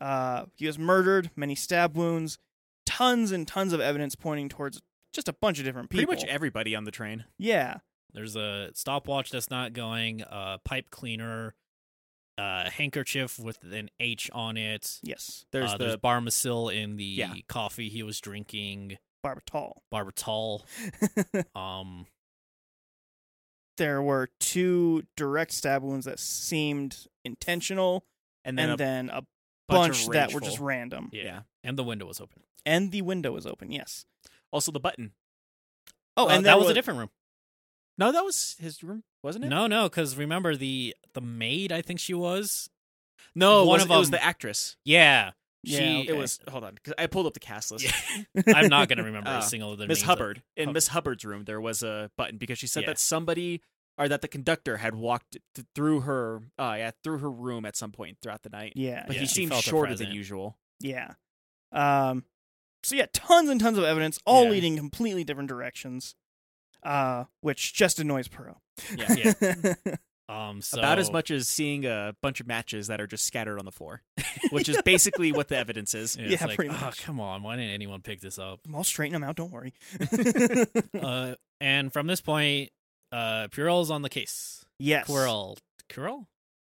Uh, he was murdered, many stab wounds, tons and tons of evidence pointing towards just a bunch of different Pretty people. much everybody on the train. yeah. There's a stopwatch that's not going, a pipe cleaner, a handkerchief with an H on it. Yes. There's uh, the there's Barmacil in the Yeah. coffee he was drinking, Barbital. Barbital. um, there were two direct stab wounds that seemed intentional, and then and, a then a bunch bunch, of that were rageful. just random. yeah. And the window was open. And the window was open. Yes. also the button. Oh, Uh, and there that was, was a different room. No, that was his room, wasn't it? No, no, because remember the the maid, I think she was. no, it One was, of it was them- the actress. Yeah, Yeah, she. okay. It was. Hold on, 'cause I pulled up the cast list. Yeah. I'm not gonna remember Uh, a single of their Miss names. Hubbard in Hub- Miss Hubbard's room, there was a button because she said Yeah. that somebody or that the conductor had walked th- through her, uh, yeah, through her room at some point throughout the night. Yeah. But Yeah. he She seemed felt her shorter than present. usual. Yeah. Um. So yeah, tons and tons of evidence, all Yeah. leading completely different directions, uh, which just annoys Perot. Yeah. Yeah. Um, so About as much as seeing a bunch of matches that are just scattered on the floor, which is basically what the evidence is. Yeah, Yeah, it's like, pretty "Oh, much." come on, why didn't anyone pick this up? I'll straighten them out. Don't worry. uh, and from this point, uh, Purell's on the case. yes. Quirrell, Quirrell,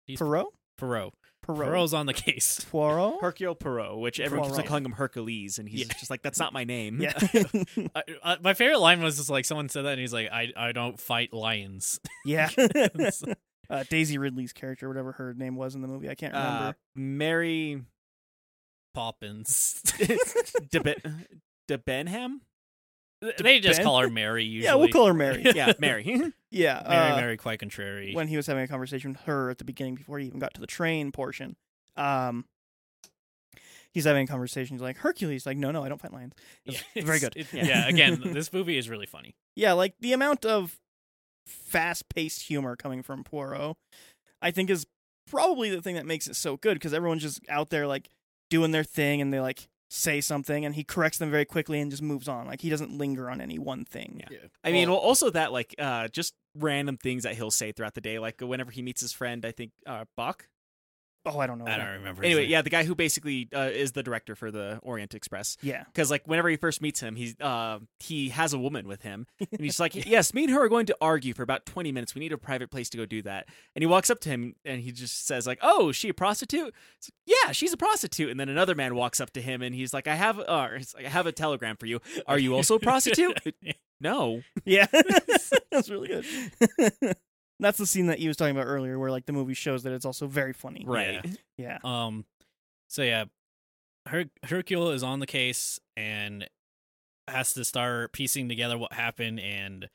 Perot. Perot, Perot. Quirrell's on the case. Poirot. Hercule Poirot, which everyone keeps on Poirot. calling him Hercules, and he's just like, "That's not my name." yeah. I, I, my favorite line was just like someone said that, and he's like, "I I don't fight lions." Yeah. uh, Daisy Ridley's character, whatever her name was in the movie, I can't Uh, remember. Mary Poppins. DeBenham. De Benham? they just Ben? call her Mary. Usually. yeah, we'll call her Mary. yeah, Mary. Yeah. Mary. uh, Mary, quite contrary. When he was having a conversation with her at the beginning before he even got to the train portion, um, he's having a conversation. He's like, Hercules. Like, no, no, I don't fight lions. Yeah, Very it's- good. it- Yeah. yeah, again, this movie is really funny. Yeah, like the amount of fast paced humor coming from Poirot, I think is probably the thing that makes it so good because everyone's just out there like doing their thing and they like say something and he corrects them very quickly and just moves on. Like he doesn't linger on any one thing. Yeah. I mean, well, Well- also that like uh, just random things that he'll say throughout the day, like whenever he meets his friend, I think uh, Bach. Oh, I don't know. I that. don't remember. his Anyway, name. yeah, the guy who basically uh, is the director for the Orient Express, Yeah. because like whenever he first meets him, he's uh, he has a woman with him, and he's like, "Yes, me and her are going to argue for about twenty minutes. We need a private place to go do that." And he walks up to him and he just says like, "Oh, is she a prostitute?" It's like, yeah, she's a prostitute. And then another man walks up to him and he's like, "I have, uh, it's like, I have a telegram for you. Are you also a prostitute?" no. Yeah. That's really good. That's the scene that you was talking about earlier where like the movie shows that it's also very funny. Right. Yeah. Um, so yeah, Her- Hercule is on the case and has to start piecing together what happened and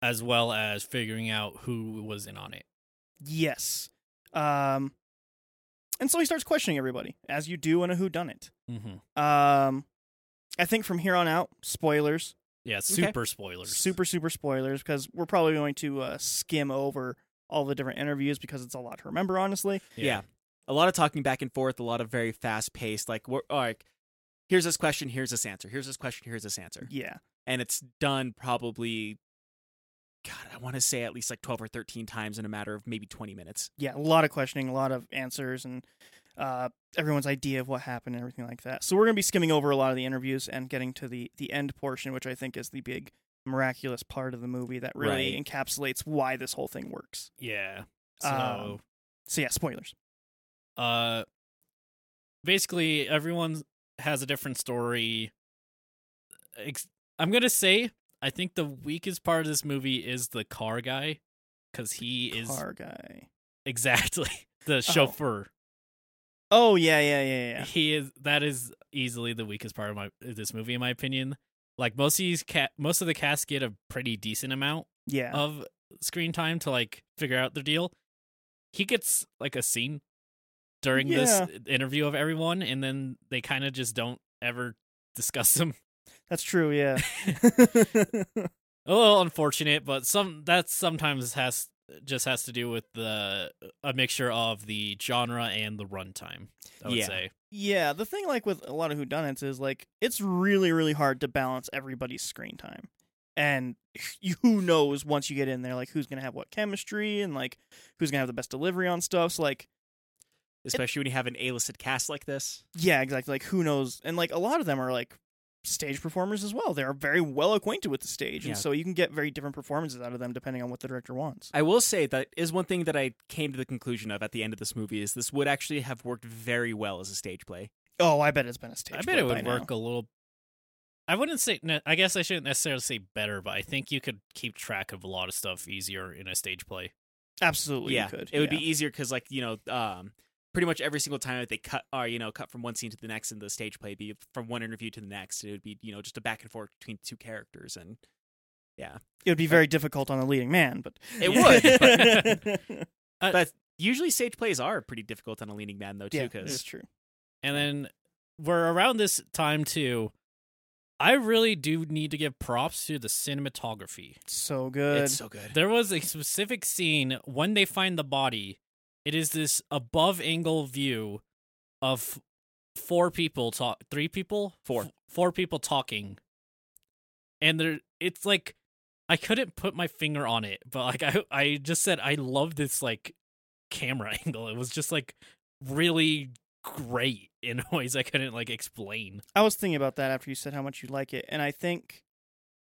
as well as figuring out who was in on it. Yes. Um and so he starts questioning everybody, as you do in a whodunit. Mm-hmm. Um, I think from here on out, spoilers, Yeah, super spoilers. super super spoilers, because we're probably going to uh, skim over all the different interviews because it's a lot to remember. Honestly, Yeah. A lot of talking back and forth, a lot of very fast paced, like, we're, all right, here's this question, here's this answer, here's this question, here's this answer. yeah, And it's done probably, God, I want to say at least like 12 or 13 times in a matter of maybe 20 minutes. yeah, a lot of questioning, a lot of answers, and uh, everyone's idea of what happened and everything like that. So we're gonna be skimming over a lot of the interviews and getting to the the end portion, which I think is the big miraculous part of the movie that really Right. encapsulates why this whole thing works. Yeah. So Um, So yeah, spoilers. uh basically everyone has a different story Ex- i'm gonna say i think the weakest part of this movie is the car guy because he is Car guy. exactly the chauffeur Oh yeah, yeah, yeah, yeah. he is that is easily the weakest part of my of this movie in my opinion like most of these ca- most of the cast get a pretty decent amount Yeah. of screen time to like figure out their deal. He gets like a scene during Yeah. this interview of everyone, and then they kind of just don't ever discuss them. That's true, yeah. A little unfortunate, but some that sometimes has just has to do with the a mixture of the genre and the runtime. I would Yeah. say, yeah, the thing like with a lot of whodunits is like it's really, really hard to balance everybody's screen time. And you, who knows once you get in there, like who's gonna have what chemistry and like who's gonna have the best delivery on stuff. So like Especially when you have an A-listed cast like this. yeah, exactly. Like who knows and like a lot of them are like stage performers as well. They're very well acquainted with the stage. Yeah. And so you can get very different performances out of them depending on what the director wants. I will say that is one thing that I came to the conclusion of at the end of this movie is this would actually have worked very well as a stage play. Oh, I bet it's been a stage. I bet it play by would now. work a little. I wouldn't say. ne- I guess I shouldn't necessarily say better, but I think you could keep track of a lot of stuff easier in a stage play. Absolutely yeah, you could. it would yeah. be easier because like you know, um, pretty much every single time that they cut or you know cut from one scene to the next in the stage play, it'd be from one interview to the next, it would be you know just a back and forth between two characters, and It would be very difficult on a leading man, but It would, would. but usually stage plays are pretty difficult on a leaning man though too yeah, it's because true. And then we're around this time too. I really do need to give props to the cinematography. So good. it's so good. There was a specific scene when they find the body. It is this above angle view of four people talk, three people, Four. F- four people talking, and there it's like I couldn't put my finger on it, but like I I just said I love this like camera angle. It was just like really great in ways I couldn't like explain. I was thinking about that after you said how much you like it, and I think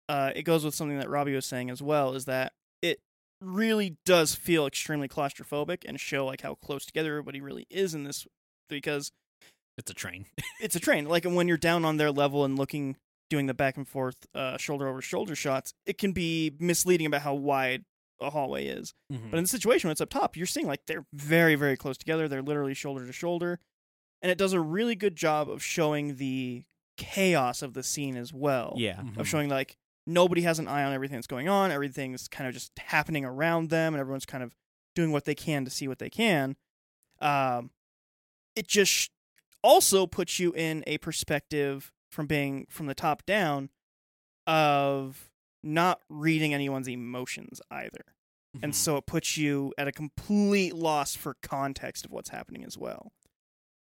uh, it goes with something that Robbie was saying as well, is that it really does feel extremely claustrophobic and show like how close together everybody really is in this because It's a train. it's a train. Like when you're down on their level and looking doing the back and forth uh, shoulder over shoulder shots, it can be misleading about how wide a hallway is. Mm-hmm. But in the situation when it's up top, you're seeing like they're very, very close together. They're literally shoulder to shoulder. And it does a really good job of showing the chaos of the scene as well. Yeah, Mm-hmm. Of showing like nobody has an eye on everything that's going on. Everything's kind of just happening around them and everyone's kind of doing what they can to see what they can. Um, it just sh- also puts you in a perspective from being from the top down of not reading anyone's emotions either Mm-hmm. Mm-hmm. and so it puts you at a complete loss for context of what's happening as well.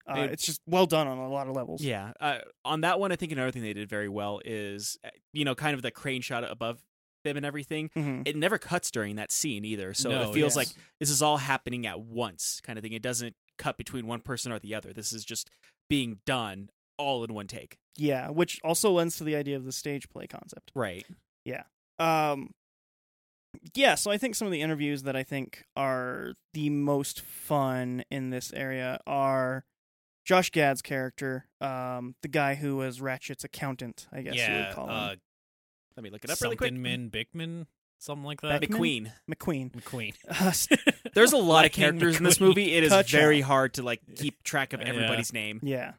Uh, It- it's just well done on a lot of levels. Yeah. Uh, on that one, I think another thing they did very well is, uh, you know, kind of the crane shot above them and everything. Mhm. It never cuts during that scene either. So No, it feels yes. like this is all happening at once kind of thing. It doesn't cut between one person or the other. This is just being done all in one take. yeah, which also lends to the idea of the stage play concept. Right. Um, yeah, so I think some of the interviews that I think are the most fun in this area are Josh Gad's character, um, the guy who was Ratchet's accountant, I guess you yeah, would call him uh, Let me look it up something really quick. Min Bickman, something like that. Beck- McQueen. McQueen. McQueen. There's a lot of Lightning characters in this McQueen. movie. It is Touch very on. hard to like keep track of Yeah. everybody's name. Yeah.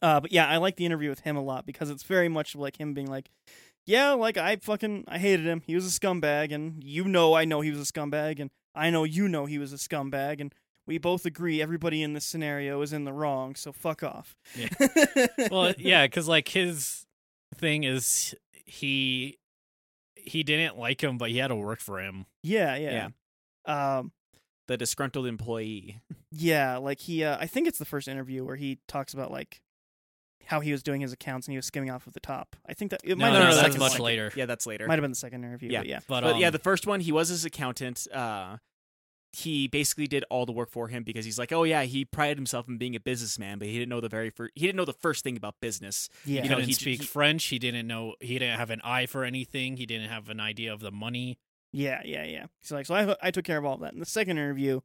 Uh, but yeah, I like the interview with him a lot because it's very much like him being like, "Yeah, like I fucking I hated him. He was a scumbag, and you know I know he was a scumbag, and I know you know he was a scumbag, and we both agree everybody in this scenario is in the wrong, so fuck off. Yeah. well, yeah, because like his thing is he he didn't like him, but he had to work for him. yeah, yeah. Yeah. Um the disgruntled employee. yeah, like he uh, I think it's the first interview where he talks about like how he was doing his accounts and he was skimming off of the top. I think that it might have No, no, been the that's second much one. later. Yeah, that's later. Might have been the second interview, Yeah. but yeah. But, But yeah, um, the first one, he was his accountant. Uh, he basically did all the work for him because he's like, oh yeah, he prided himself in being a businessman, but he didn't know the very first. He didn't know the first thing about business. Yeah. he you know, didn't he- speak he- French. He didn't know. He didn't have an eye for anything. He didn't have an idea of the money. Yeah, yeah, yeah. He's like, so I, I took care of all that. In the second interview,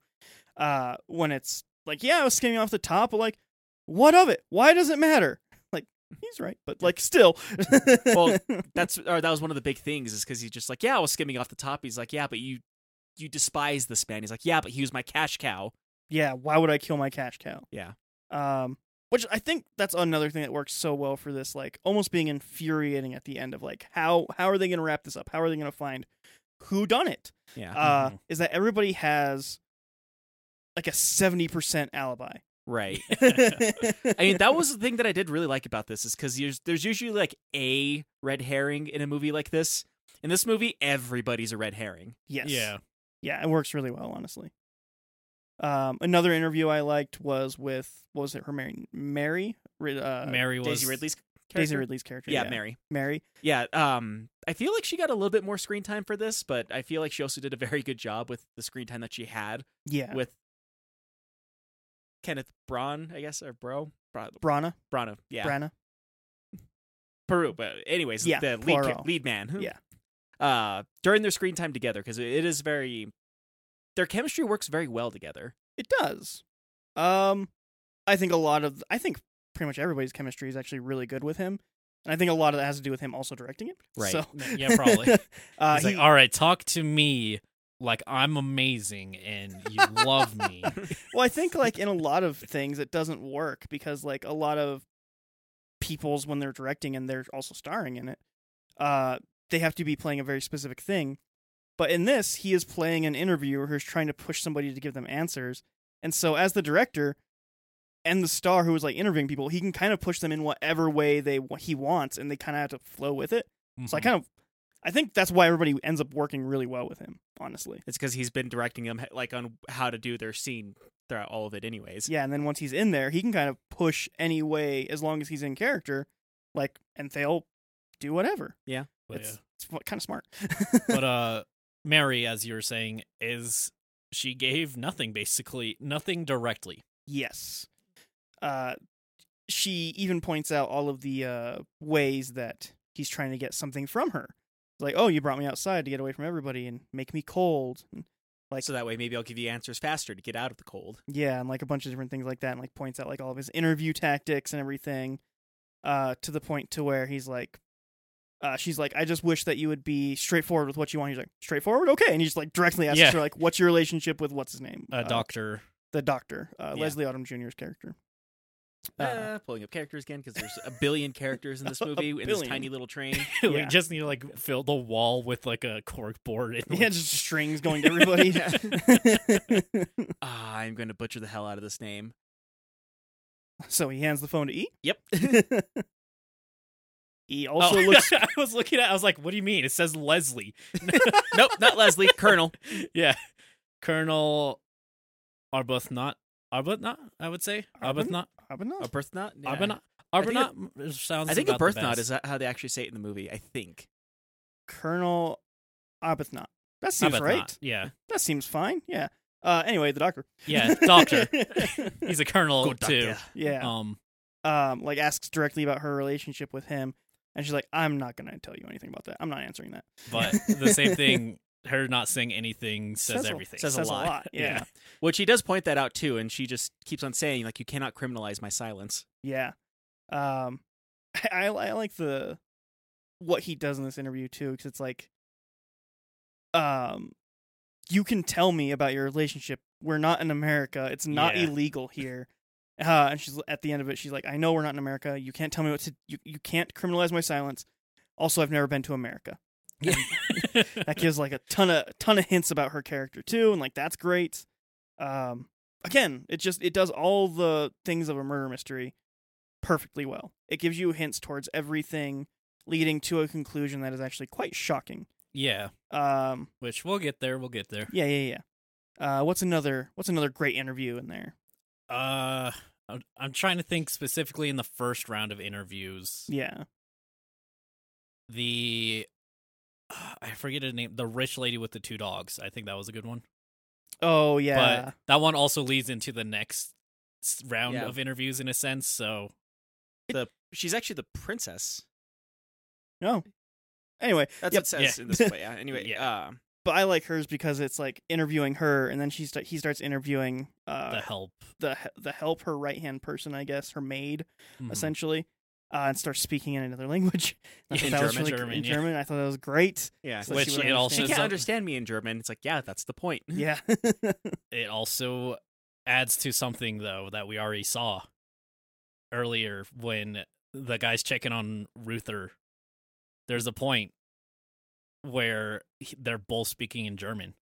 uh, when it's like, yeah, I was skimming off the top, but like, what of it? Why does it matter? Like, he's right, but like, still. Well, That's or that was one of the big things is because he's just like, yeah, I was skimming off the top. He's like, yeah, but you you despise this man. He's like, yeah, but he was my cash cow. yeah, why would I kill my cash cow? Yeah. Um, which I think that's another thing that works so well for this, like, almost being infuriating at the end of like, how how are they going to wrap this up? How are they going to find who done it? Yeah, uh, Mhm. is that everybody has like a 70% alibi. right. I mean, that was the thing that I did really like about this is because there's there's usually like a red herring in a movie like this. In this movie, everybody's a red herring. yes. Yeah. Yeah, it works really well, honestly. Um, another interview I liked was with, what was it, her Mary? Mary? Rid- Uh, Mary was Daisy Ridley's character? Daisy Ridley's character. Yeah, Mary. Mary. Yeah, um, I feel like she got a little bit more screen time for this, but I feel like she also did a very good job with the screen time that she had Yeah. with Kenneth Braun, I guess, or Bro, Bra- Brana. Brana, yeah, Brana. Peru. But anyways, Yeah, the lead, ca- plural. lead man, Yeah. uh, during their screen time together because it is very, their chemistry works very well together. It does. Um, I think a lot of, I think pretty much everybody's chemistry is actually really good with him. And I think a lot of that has to do with him also directing it. Right. So, yeah, probably. uh, He's he- like, all right, talk to me like I'm amazing and you love me. Well, I think like in a lot of things it doesn't work because like a lot of people's when they're directing and they're also starring in it, uh, they have to be playing a very specific thing. But in this, he is playing an interviewer who's trying to push somebody to give them answers. And so as the director and the star who is like interviewing people, he can kind of push them in whatever way they he wants and they kind of have to flow with it. So I Mm-hmm. kind of I think that's why everybody ends up working really well with him, honestly. It's because he's been directing them like on how to do their scene throughout all of it, anyways. Yeah, and then once he's in there, he can kind of push any way as long as he's in character, like, and they'll do whatever. But, it's Oh, yeah. it's kind of smart. but uh Mary, as you were saying, is she gave nothing basically, nothing directly. yes. Uh, she even points out all of the uh, ways that he's trying to get something from her. Like, oh, you brought me outside to get away from everybody and make me cold. And, like, so that way maybe I'll give you answers faster to get out of the cold. Yeah, and like a bunch of different things like that, and like points out like all of his interview tactics and everything, uh, to the point to where he's like, uh, she's like, I just wish that you would be straightforward with what you want. He's like, straightforward, okay, and he just like directly asks Yeah. her like, what's your relationship with what's his name, Uh, A Oh. doctor. the doctor, uh, Uh, Yeah. Leslie Autumn Jr.'s character. Uh, Uh, pulling up characters again because there's a billion characters in this A movie in this billion. tiny little train. we Yeah. just need to like fill the wall with like a cork board. And, Oh. yeah, just strings going to everybody. Ah, I'm going to butcher the hell out of this name. so he hands the phone to E. Yep. E Oh, also looks. I was looking at I was like, what do you mean? It says Leslie. nope, not Leslie. Colonel. yeah. Colonel Arbuthnot. Arbuthnot, I would say. Arbuthnot? Arbuthnot. Ah, but no. Oh. A birthnot? Yeah. Arbuthnot. I think Arbuthnot m- sounds Uh, I think a about the birthnot best. is how they actually say it in the movie. I think. Colonel Arbuthnot. That seems Arbuthnot, right. Yeah. That seems fine. Yeah. Uh, anyway, the doctor. Yeah, doctor. He's a colonel Good too. doctor. yeah. Um Um, like asks directly about her relationship with him, and she's like, "I'm not gonna tell you anything about that. I'm not answering that." but the same thing her not saying anything says, a- everything. Says a lot. Yeah. yeah. Which he does point that out too, and she just keeps on saying like, "You cannot criminalize my silence." Um, I, I I like the what he does in this interview too, because it's like, um, you can tell me about your relationship. We're not in America. It's not Yeah. illegal here. Uh, and she's at the end of it. She's like, "I know we're not in America. You can't tell me what to. You you can't criminalize my silence. Also, I've never been to America." that gives like a ton of ton of hints about her character too, and like that's great. Um, again, it just it does all the things of a murder mystery perfectly well. It gives you hints towards everything, leading to a conclusion that is actually quite shocking. Yeah, Um, which we'll get there. We'll get there. yeah, yeah, yeah. Uh, what's another what's another great interview in there? Uh, I'm, I'm trying to think specifically in the first round of interviews. Yeah, The uh, I forget her name. The rich lady with the two dogs. I think that was a good one. Oh yeah. But that one also leads into the next s- round Yeah. of interviews in a sense. So The she's actually the princess. no. Anyway, That's Yep. what it says Yeah. in this play. Yeah. Anyway, Yeah. um, but I like hers because it's like interviewing her, and then she sta he starts interviewing the uh, help. the he- the help her right hand person, I guess, her maid, Mhm. essentially, uh, and starts speaking in another language. I Yeah, thought in that was German, really gr- German, in yeah. German. I thought that was great. yeah. So Which she would it also she understand. can't some- understand me in German. It's like, yeah, that's the point. Yeah, It also adds to something though that we already saw earlier when the guy's checking on Ruther. There's a point where he- they're both speaking in German.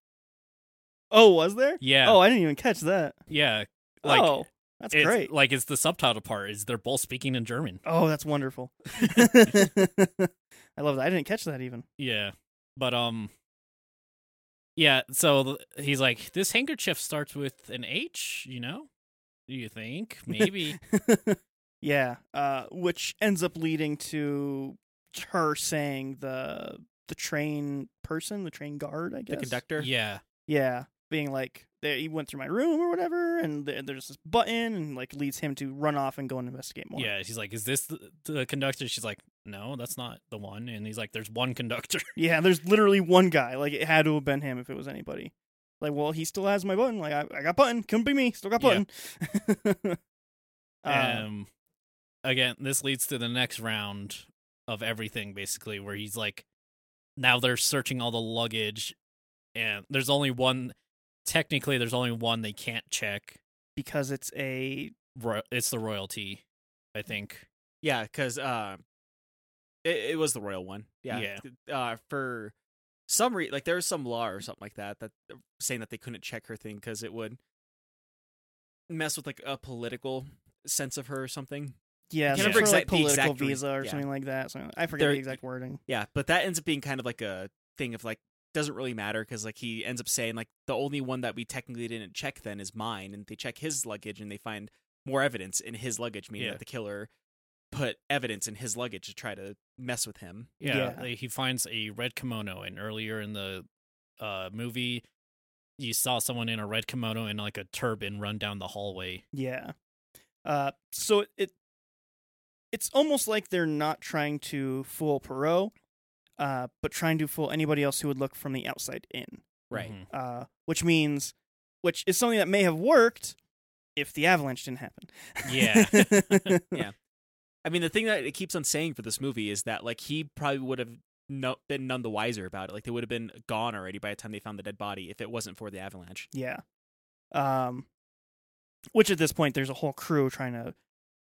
oh, was there? Yeah. Oh, I didn't even catch that. yeah. Like oh, that's it's, great. Like it's the subtitle part is they're both speaking in German. oh, that's wonderful. I love that. I didn't catch that even. Yeah. But um Yeah, so th- he's like this handkerchief starts with an H, you know? Do you think? Maybe. yeah, uh, which ends up leading to her saying the the train person, the train guard, I The guess. conductor. yeah. Yeah, being like they, he went through my room or whatever, and th- there's this button, and like leads him to run off and go and investigate more. Yeah, she's like is this the, the conductor? She's like no, that's not the one. And he's like there's one conductor. yeah. There's literally one guy. Like it had to have been him if it was anybody. Like, well, he still has my button. Like, I, I got button. Couldn't be me. Still got Yeah. button. Uh, um again, this leads to the next round of everything basically where he's like now they're searching all the luggage and there's only one technically there's only one they can't check because it's a Roy- it's the royalty, I think. Yeah, because uh, it, it was the royal one. Yeah, Yeah. Uh, for some reason, like there was some law or something like that that saying that they couldn't check her thing because it would mess with like a political sense of her or something. yeah, I can't some remember sort of, like exact- the exact political re- visa or yeah. something like that. So I forget There- the exact wording. Yeah, but that ends up being kind of like a thing of like doesn't really matter because like he ends up saying like the only one that we technically didn't check then is mine, and they check his luggage and they find more evidence in his luggage, meaning Yeah. that the killer put evidence in his luggage to try to mess with him. Yeah, Yeah. they- he finds a red kimono, and earlier in the uh, movie, you saw someone in a red kimono and like a turban run down the hallway. Yeah. Uh, so it, it it's almost like they're not trying to fool Perot, uh, but trying to fool anybody else who would look from the outside in. Right. Mhm. Uh, which means, which is something that may have worked if the avalanche didn't happen. Yeah. I mean, the thing that it keeps on saying for this movie is that like he probably would have no- been none the wiser about it. Like they would have been gone already by the time they found the dead body if it wasn't for the avalanche. yeah. Um, which at this point there's a whole crew trying to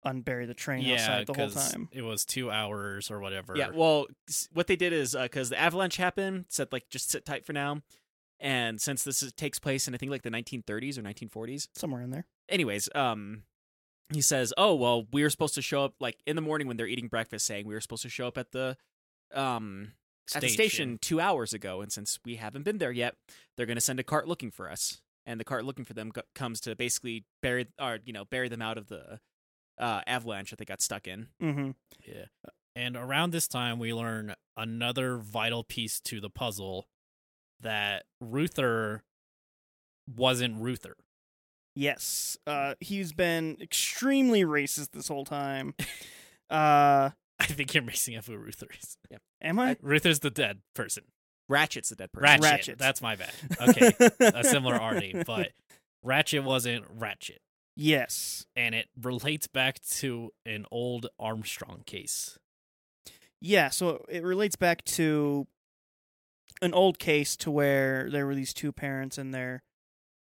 unbury the train Yeah, outside the whole 'cause time. it was two hours or whatever. Yeah. Well, s- what they did is because the avalanche happened, said like just sit tight for now. And since this is, takes place in I think like the 1930s or 1940s, Somewhere in there. anyways, um, he says, "Oh well, we were supposed to show up like in the morning when they're eating breakfast, saying we were supposed to show up at the um at the station two hours ago, and since we haven't been there yet, they're going to send a cart looking for us. And the cart looking for them go- comes to basically bury, or you know, bury them out of the uh, avalanche that they got stuck in. Mm-hmm. Yeah. And around this time, we learn another vital piece to the puzzle that Ruther wasn't Ruther. Yes. Uh, he's been extremely racist this whole time. Uh, I think you're mixing up who Ruther is. am I? Ruther's the dead person. Ratchet's the dead person. Ratchet. Ratchet. That's my bad. Okay. a similar R name, but Ratchet wasn't Ratchet. yes. And it relates back to an old Armstrong case. Yeah, so it relates back to an old case to where there were these two parents and their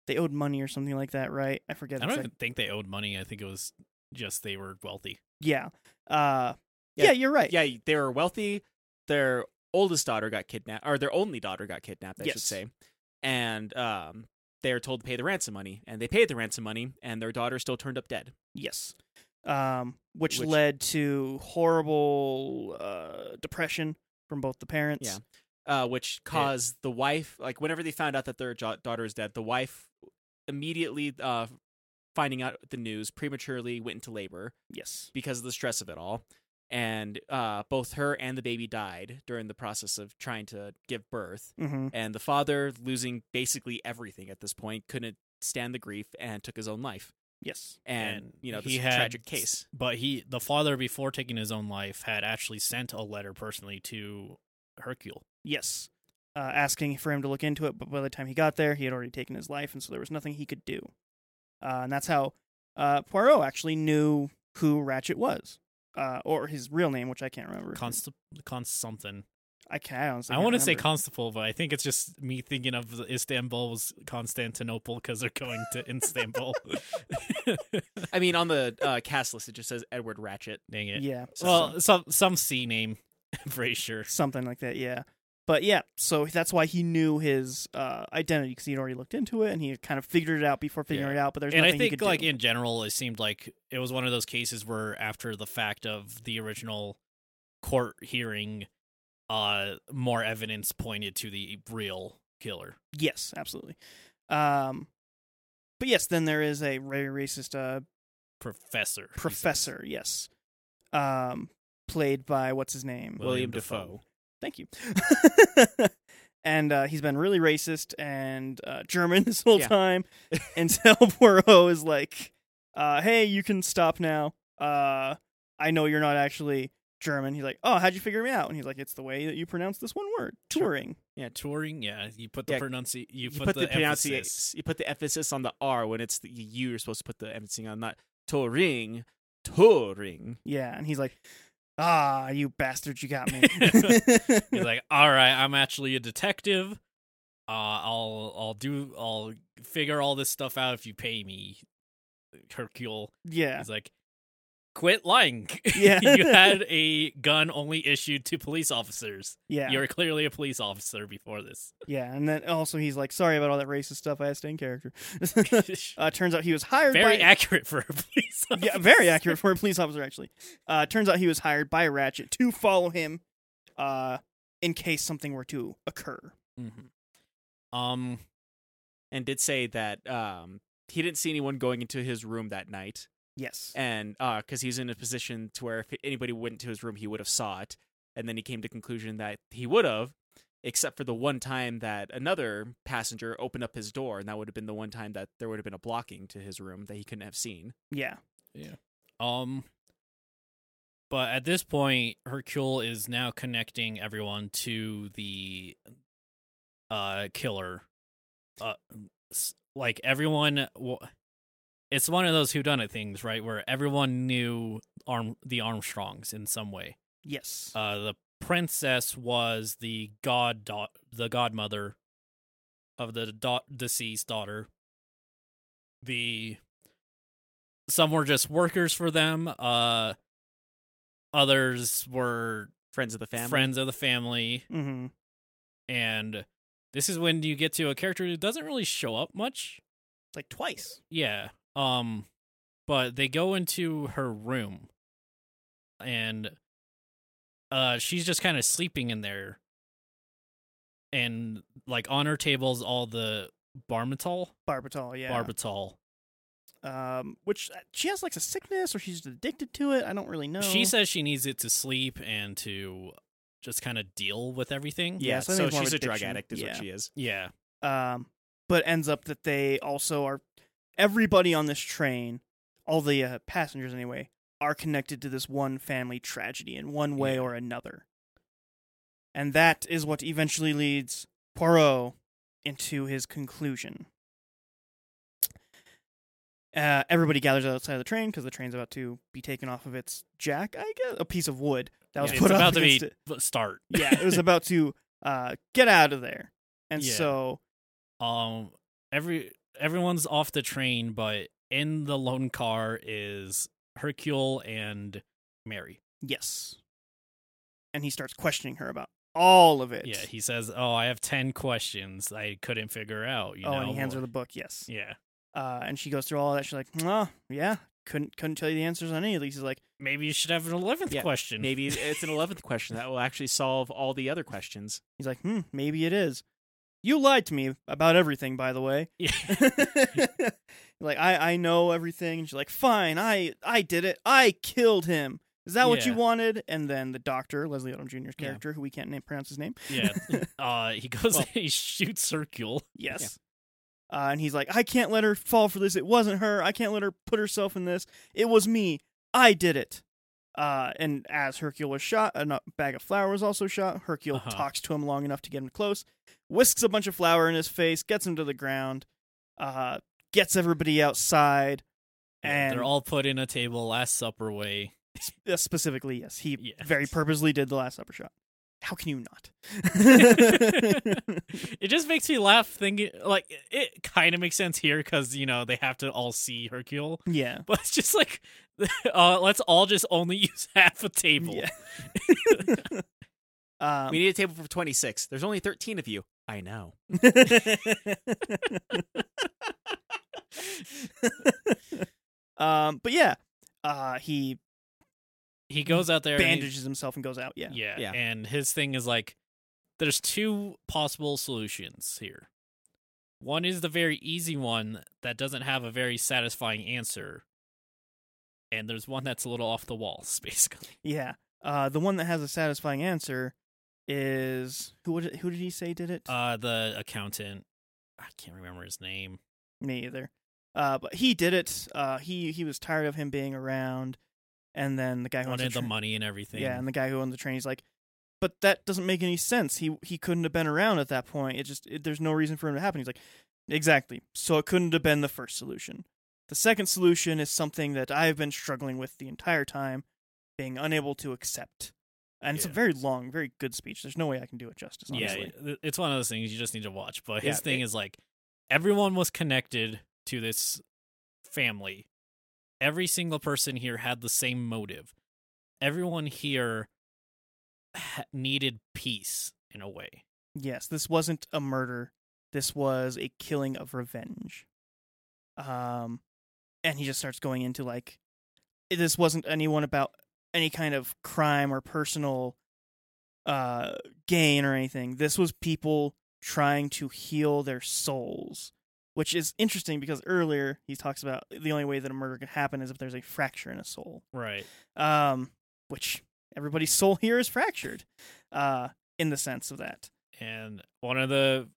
they owed money or something like that, right? I forget. I don't exact- even think they owed money. I think it was just they were wealthy. yeah. Uh yeah. Yeah. you're right. Yeah, they were wealthy. Their oldest daughter got kidnapped, or their only daughter got kidnapped, I should Yes. say. And um, they are told to pay the ransom money, and they paid the ransom money, and their daughter still turned up dead. Yes. Um, which, Which- led to horrible uh, depression from both the parents. Yeah. uh, which caused the wife like whenever they found out that their jo- daughter is dead the wife immediately uh, finding out the news prematurely went into labor Yes. because of the stress of it all and uh, both her and the baby died during the process of trying to give birth Mm-hmm. and the father losing basically everything at this point couldn't stand the grief and took his own life Yes. and, you know this he had- tragic case But he, the father, before taking his own life, had actually sent a letter personally to Hercule. Yes. Uh, asking for him to look into it, but by the time he got there, he had already taken his life, and so there was nothing he could do. Uh, and that's how uh, Poirot actually knew who Ratchet was, uh, or his real name, which I can't remember. Const, const something. I can I honestly. I want to can't say remember. Constable, but I think it's just me thinking of the Istanbul was Constantinople because they're going to Istanbul. i mean on the uh, cast list it just says edward ratchet Dang it. Yeah. Well, some some C name, I'm pretty sure. something like that yeah but yeah so that's why he knew his uh, identity because he'd already looked into it and he had kind of figured it out before figuring it out but there's and I nothing he think could like do. in general, it seemed like it was one of those cases where after the fact of the original court hearing, uh, more evidence pointed to the real killer. yes absolutely um but yes then there is a very racist uh, Professor. professor yes um played by what's his name William Defoe. Dafoe. thank you and uh, he's been really racist and uh, german this whole Yeah. time until poirot is like uh, hey you can stop now uh, i know you're not actually german he's like oh how'd you figure me out and he's like it's the way that you pronounce this one word touring Yeah, touring. Yeah, you put the Yeah, pronunci. You, you, put, the, pronunciation emphasis. you put the emphasis on the r when it's the you you're supposed to put the emphasis on not touring touring yeah and he's like ah you bastard you got me He's like, "All right, I'm actually a detective. Uh, I'll I'll do I'll figure all this stuff out if you pay me." Hercule. yeah He's like, "Quit lying. Yeah. you had a gun only issued to police officers. yeah You were clearly a police officer before this." yeah and then also he's like sorry about all that racist stuff i had to stay in character uh, turns out he was hired Very by accurate for a police officer. yeah, very accurate for a police officer actually. Uh, turns out he was hired by Ratchet to follow him, uh, in case something were to occur. Mhm. Um. and did say that um he didn't see anyone going into his room that night Yes. and uh because he's in a position to where if anybody went to his room he would have saw it and then he came to conclusion that he would have except for the one time that another passenger opened up his door and that would have been the one time that there would have been a blocking to his room that he couldn't have seen Yeah. Um but at this point Hercule is now connecting everyone to the uh killer. Uh s- like everyone wa- it's one of those who done it things, right? Where everyone knew Arm the Armstrongs in some way. Yes. Uh the princess was the god da- the godmother of the da- deceased daughter. The some were just workers for them. Uh, others were friends of the family friends of the family, mm-hmm. and this is when you get to a character who doesn't really show up much. Like twice. Yeah. Um, but they go into her room, and uh, she's just kind of sleeping in there, and like on her table's all the barbital, Barbital. Yeah. barbital. um, which uh, she has like a sickness or she's addicted to it. I don't really know. She says she needs it to sleep and to just kind of deal with everything. yeah, Yeah, so I think so it's more of she's a drug addiction. addict is what Yeah. she is Yeah. um, but ends up that they also are everybody on this train, all the uh, passengers anyway, are connected to this one family tragedy in one way Yeah. or another, and that is what eventually leads Poirot into his conclusion. Uh, everybody gathers outside of the train because the train's about to be taken off of its jack, I guess, a piece of wood that was it's put up about to be against it. but start. Yeah, it was about to uh, get out of there, and Yeah. so Um every everyone's off the train, but in the lone car is Hercule and Mary. Yes. And he starts questioning her about all of it. Yeah, he says, "Oh, I have ten questions I couldn't figure out." You oh, know? and he hands her or- the book. Yes. Yeah, Uh, and she goes through all that. She's like, oh, yeah, couldn't couldn't tell you the answers on any of these. He's like, maybe you should have an eleventh Yeah, question. Maybe it's an eleventh question that will actually solve all the other questions. he's like, hmm, maybe it is. You lied to me about everything, by the way. Yeah. like I I know everything. And she's like, fine, I I did it. I killed him. Is that what you Yeah. wanted? And then the doctor, Leslie Odom Jr.'s Yeah. character, who we can't name pronounce his name. yeah. Uh, he goes, Well- he shoots Circule. Yes. Uh, and he's like, I can't let her fall for this. It wasn't her. I can't let her put herself in this. It was me. I did it. Uh, and as Hercule was shot, a no- bag of flour was also shot. Hercule Uh-huh. talks to him long enough to get him close, whisks a bunch of flour in his face, gets him to the ground, uh, gets everybody outside. Yeah, And they're all put in a table, Last Supper way. uh, specifically, yes, he Yeah. very purposely did the Last Supper shot. How can you not? It just makes me laugh thinking, like, it kind of makes sense here because, you know, they have to all see Hercule. yeah. But it's just like, uh, let's all just only use half a table. Yeah. um, we need a table for twenty six. There's only thirteen of you. I know. um, but yeah, uh, he He goes out there. and he- bandages himself and goes out. Yeah, Yeah. Yeah. And his thing is like there's two possible solutions here. One is the very easy one that doesn't have a very satisfying answer. And there's one that's a little off the walls, basically. yeah. Uh, the one that has a satisfying answer is who? Would who did he say did it? Uh the accountant I can't remember his name. Me either. Uh, but he did it. Uh, he he was tired of him being around, Oh, and then the guy who owns Wanted the tra- money and everything. Yeah, and the guy who owned the train, he's like, but that doesn't make any sense. He he couldn't have been around at that point. It just it, there's no reason for him to happen. He's like, exactly. So it couldn't have been the first solution. The second solution is something that I've been struggling with the entire time, being unable to accept. And it's a Yeah. very long, very good speech. There's no way I can do it justice. yeah, Honestly. it- it's one of those things you just need to watch. But his Yeah, thing it- is like everyone was connected to this family. Every single person here had the same motive. Everyone here ha- needed peace in a way. Yes, this wasn't a murder. This was a killing of revenge. Um, and he just starts going into like, eh, this wasn't anyone about any kind of crime or personal uh gain or anything. This was people trying to heal their souls, which is interesting because earlier he talks about the only way that a murder could happen is if there's a fracture in a soul Right. um, which everybody's soul here is fractured, uh, in the sense of that. And one of the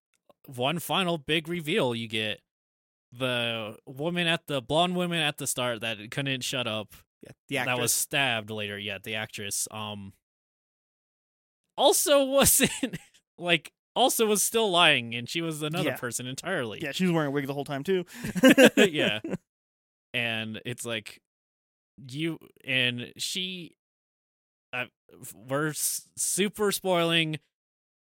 one final big reveal you get the woman at the blonde woman at the start that couldn't shut up Yeah, the actress. that was stabbed later. Yeah, the actress. Um, also wasn't like also was still lying, and she was another Yeah. person entirely. Yeah, she was wearing a wig the whole time too. yeah. And it's like you and she. Uh, we're s- super spoiling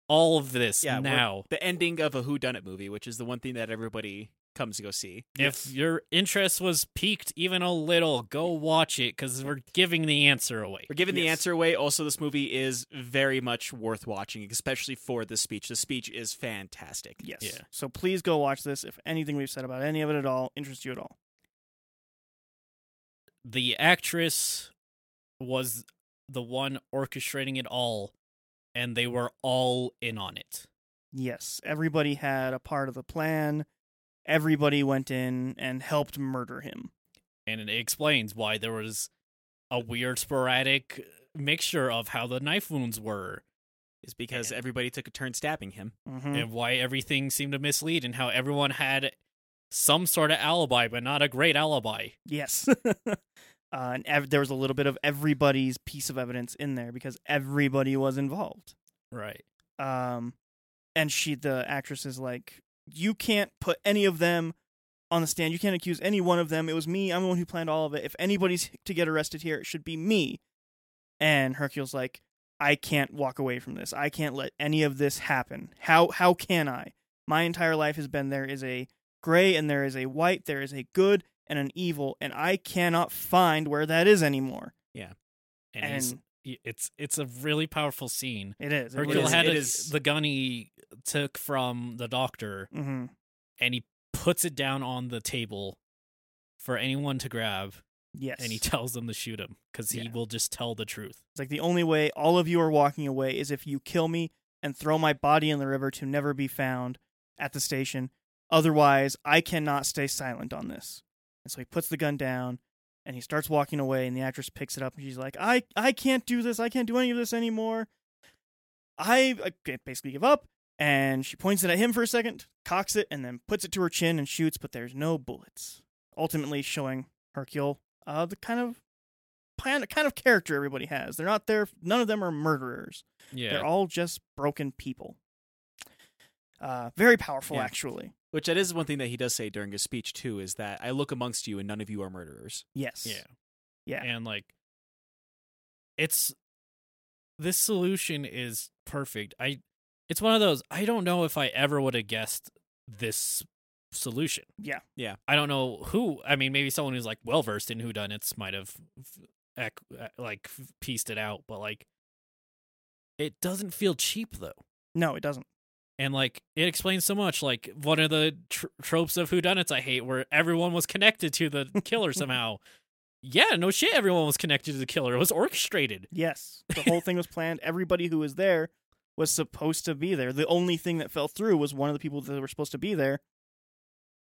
all of this Yeah, we're- now. the ending of a Who Done It movie, which is the one thing that everybody comes to go see. If your interest was piqued even a little, go watch it because we're giving the answer away. We're giving the Yes. answer away. Also, this movie is very much worth watching, especially for the speech. The speech is fantastic. yes. Yeah. So please go watch this if anything we've said about any of it at all interests you at all. the actress was the one orchestrating it all and they were all in on it Yes, everybody had a part of the plan. Everybody went in and helped murder him. and it explains why there was a weird sporadic mixture of how the knife wounds were Is because Yeah. everybody took a turn stabbing him. hmm and why everything seemed to mislead and how everyone had some sort of alibi but not a great alibi Yes. uh, and ev- there was a little bit of everybody's piece of evidence in there because everybody was involved. right um and she the actress is like you can't put any of them on the stand you can't accuse any one of them it was me i'm the one who planned all of it if anybody's to get arrested here it should be me and hercule's like i can't walk away from this i can't let any of this happen how how can i my entire life has been there is a gray and there is a white there is a good and an evil and i cannot find where that is anymore and, he's And- it's it's a really powerful scene. It is. It Hercule really is. had It a- is. the gun he took from the doctor, Mm-hmm. and he puts it down on the table for anyone to grab, Yes. and he tells them to shoot him because he Yeah. will just tell the truth. It's like the only way all of you are walking away is if you kill me and throw my body in the river to never be found at the station. Otherwise, I cannot stay silent on this. And so he puts the gun down and he starts walking away and the actress picks it up and she's like, "I I can't do this. I can't do any of this anymore." I, I can't basically give up and she points it at him for a second, cocks it and then puts it to her chin and shoots, but there's no bullets. Ultimately showing Hercule uh, the kind of kind kind of character everybody has. They're not there. None of them are murderers. They're Yeah, all just broken people. Uh, very powerful, Yeah. actually. Which that is one thing that he does say during his speech too, is that I look amongst you and none of you are murderers. Yes. yeah, Yeah. and like it's this solution is perfect. I it's one of those I don't know if I ever would have guessed this solution. Yeah. Yeah. I don't know who. I mean, maybe someone who's like well versed in whodunits might have f- ac- like f- pieced it out, but like it doesn't feel cheap though. No, it doesn't. and like it explains so much like one of the tr- tropes of whodunits i hate where everyone was connected to the killer somehow yeah no shit everyone was connected to the killer it was orchestrated Yes. The whole thing was planned. Everybody who was there was supposed to be there. The only thing that fell through was one of the people that were supposed to be there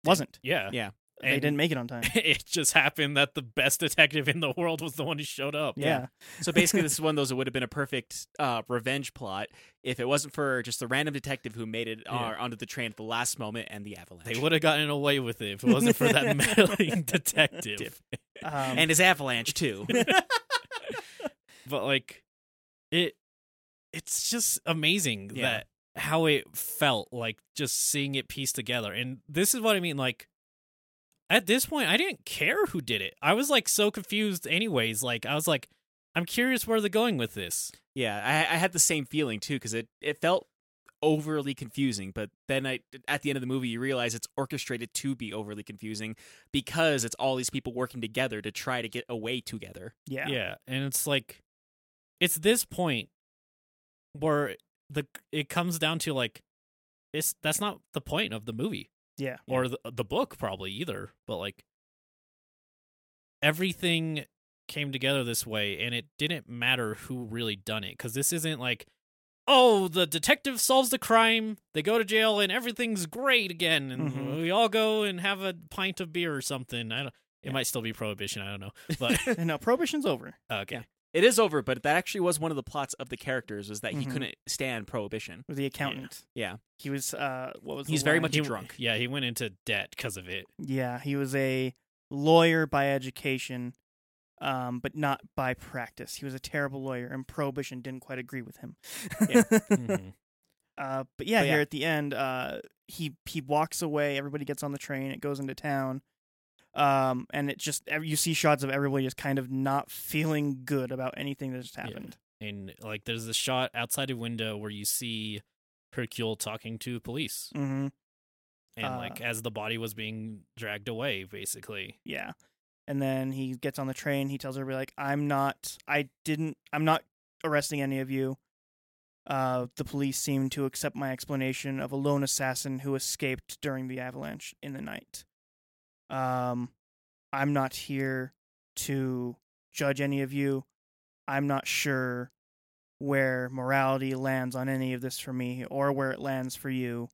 wasn't. yeah Yeah. they and- didn't make it on time. it just happened that the best detective in the world was the one who showed up Yeah. So basically, this is one of those that would have been a perfect uh, revenge plot if it wasn't for just the random detective who made it uh, Yeah. onto the train at the last moment and the avalanche. they would have gotten away with it if it wasn't for that meddling detective Um, and his avalanche too. but like it it's just amazing Yeah. that how it felt like just seeing it pieced together and this is what i mean like at this point i didn't care who did it i was like so confused anyways like i was like i'm curious where they're going with this yeah, I, I had the same feeling too because it it felt overly confusing. But then I at the end of the movie, you realize it's orchestrated to be overly confusing because it's all these people working together to try to get away together. yeah. and it's like it's this point where the it comes down to like it's that's not the point of the movie Yeah. or the, the book probably either but like everything came together this way and it didn't matter who really done it because this isn't like oh the detective solves the crime they go to jail and everything's great again and Mhm. we all go and have a pint of beer or something i don't it might still be prohibition i don't know Uh, but And now prohibition's over. okay It is over, but that actually was one of the plots of the characters was that he Mhm. Mm-hmm. couldn't stand prohibition. With the accountant. Yeah. He was. Uh, what was? the He's very line? much a He- drunk. yeah he went into debt because of it Yeah, he was a lawyer by education, um, but not by practice. He was a terrible lawyer, and Prohibition didn't quite agree with him. Yeah. Mhm. uh, but yeah, But yeah. here at the end, uh, he he walks away. Everybody gets on the train. It goes into town, um, and it just ev- you see shots of everybody just kind of not feeling good about anything that just Yeah. happened. and like there's a shot outside a window where you see hercule talking to police Mm-hmm. and Uh, like as the body was being dragged away basically Yeah. And then he gets on the train. He tells everybody like, "I'm not. I didn't. I'm not arresting any of you." Uh, the police seem to accept my explanation of a lone assassin who escaped during the avalanche in the night. Um, I'm not here to judge any of you. I'm not sure where morality lands on any of this for me or where it lands for you.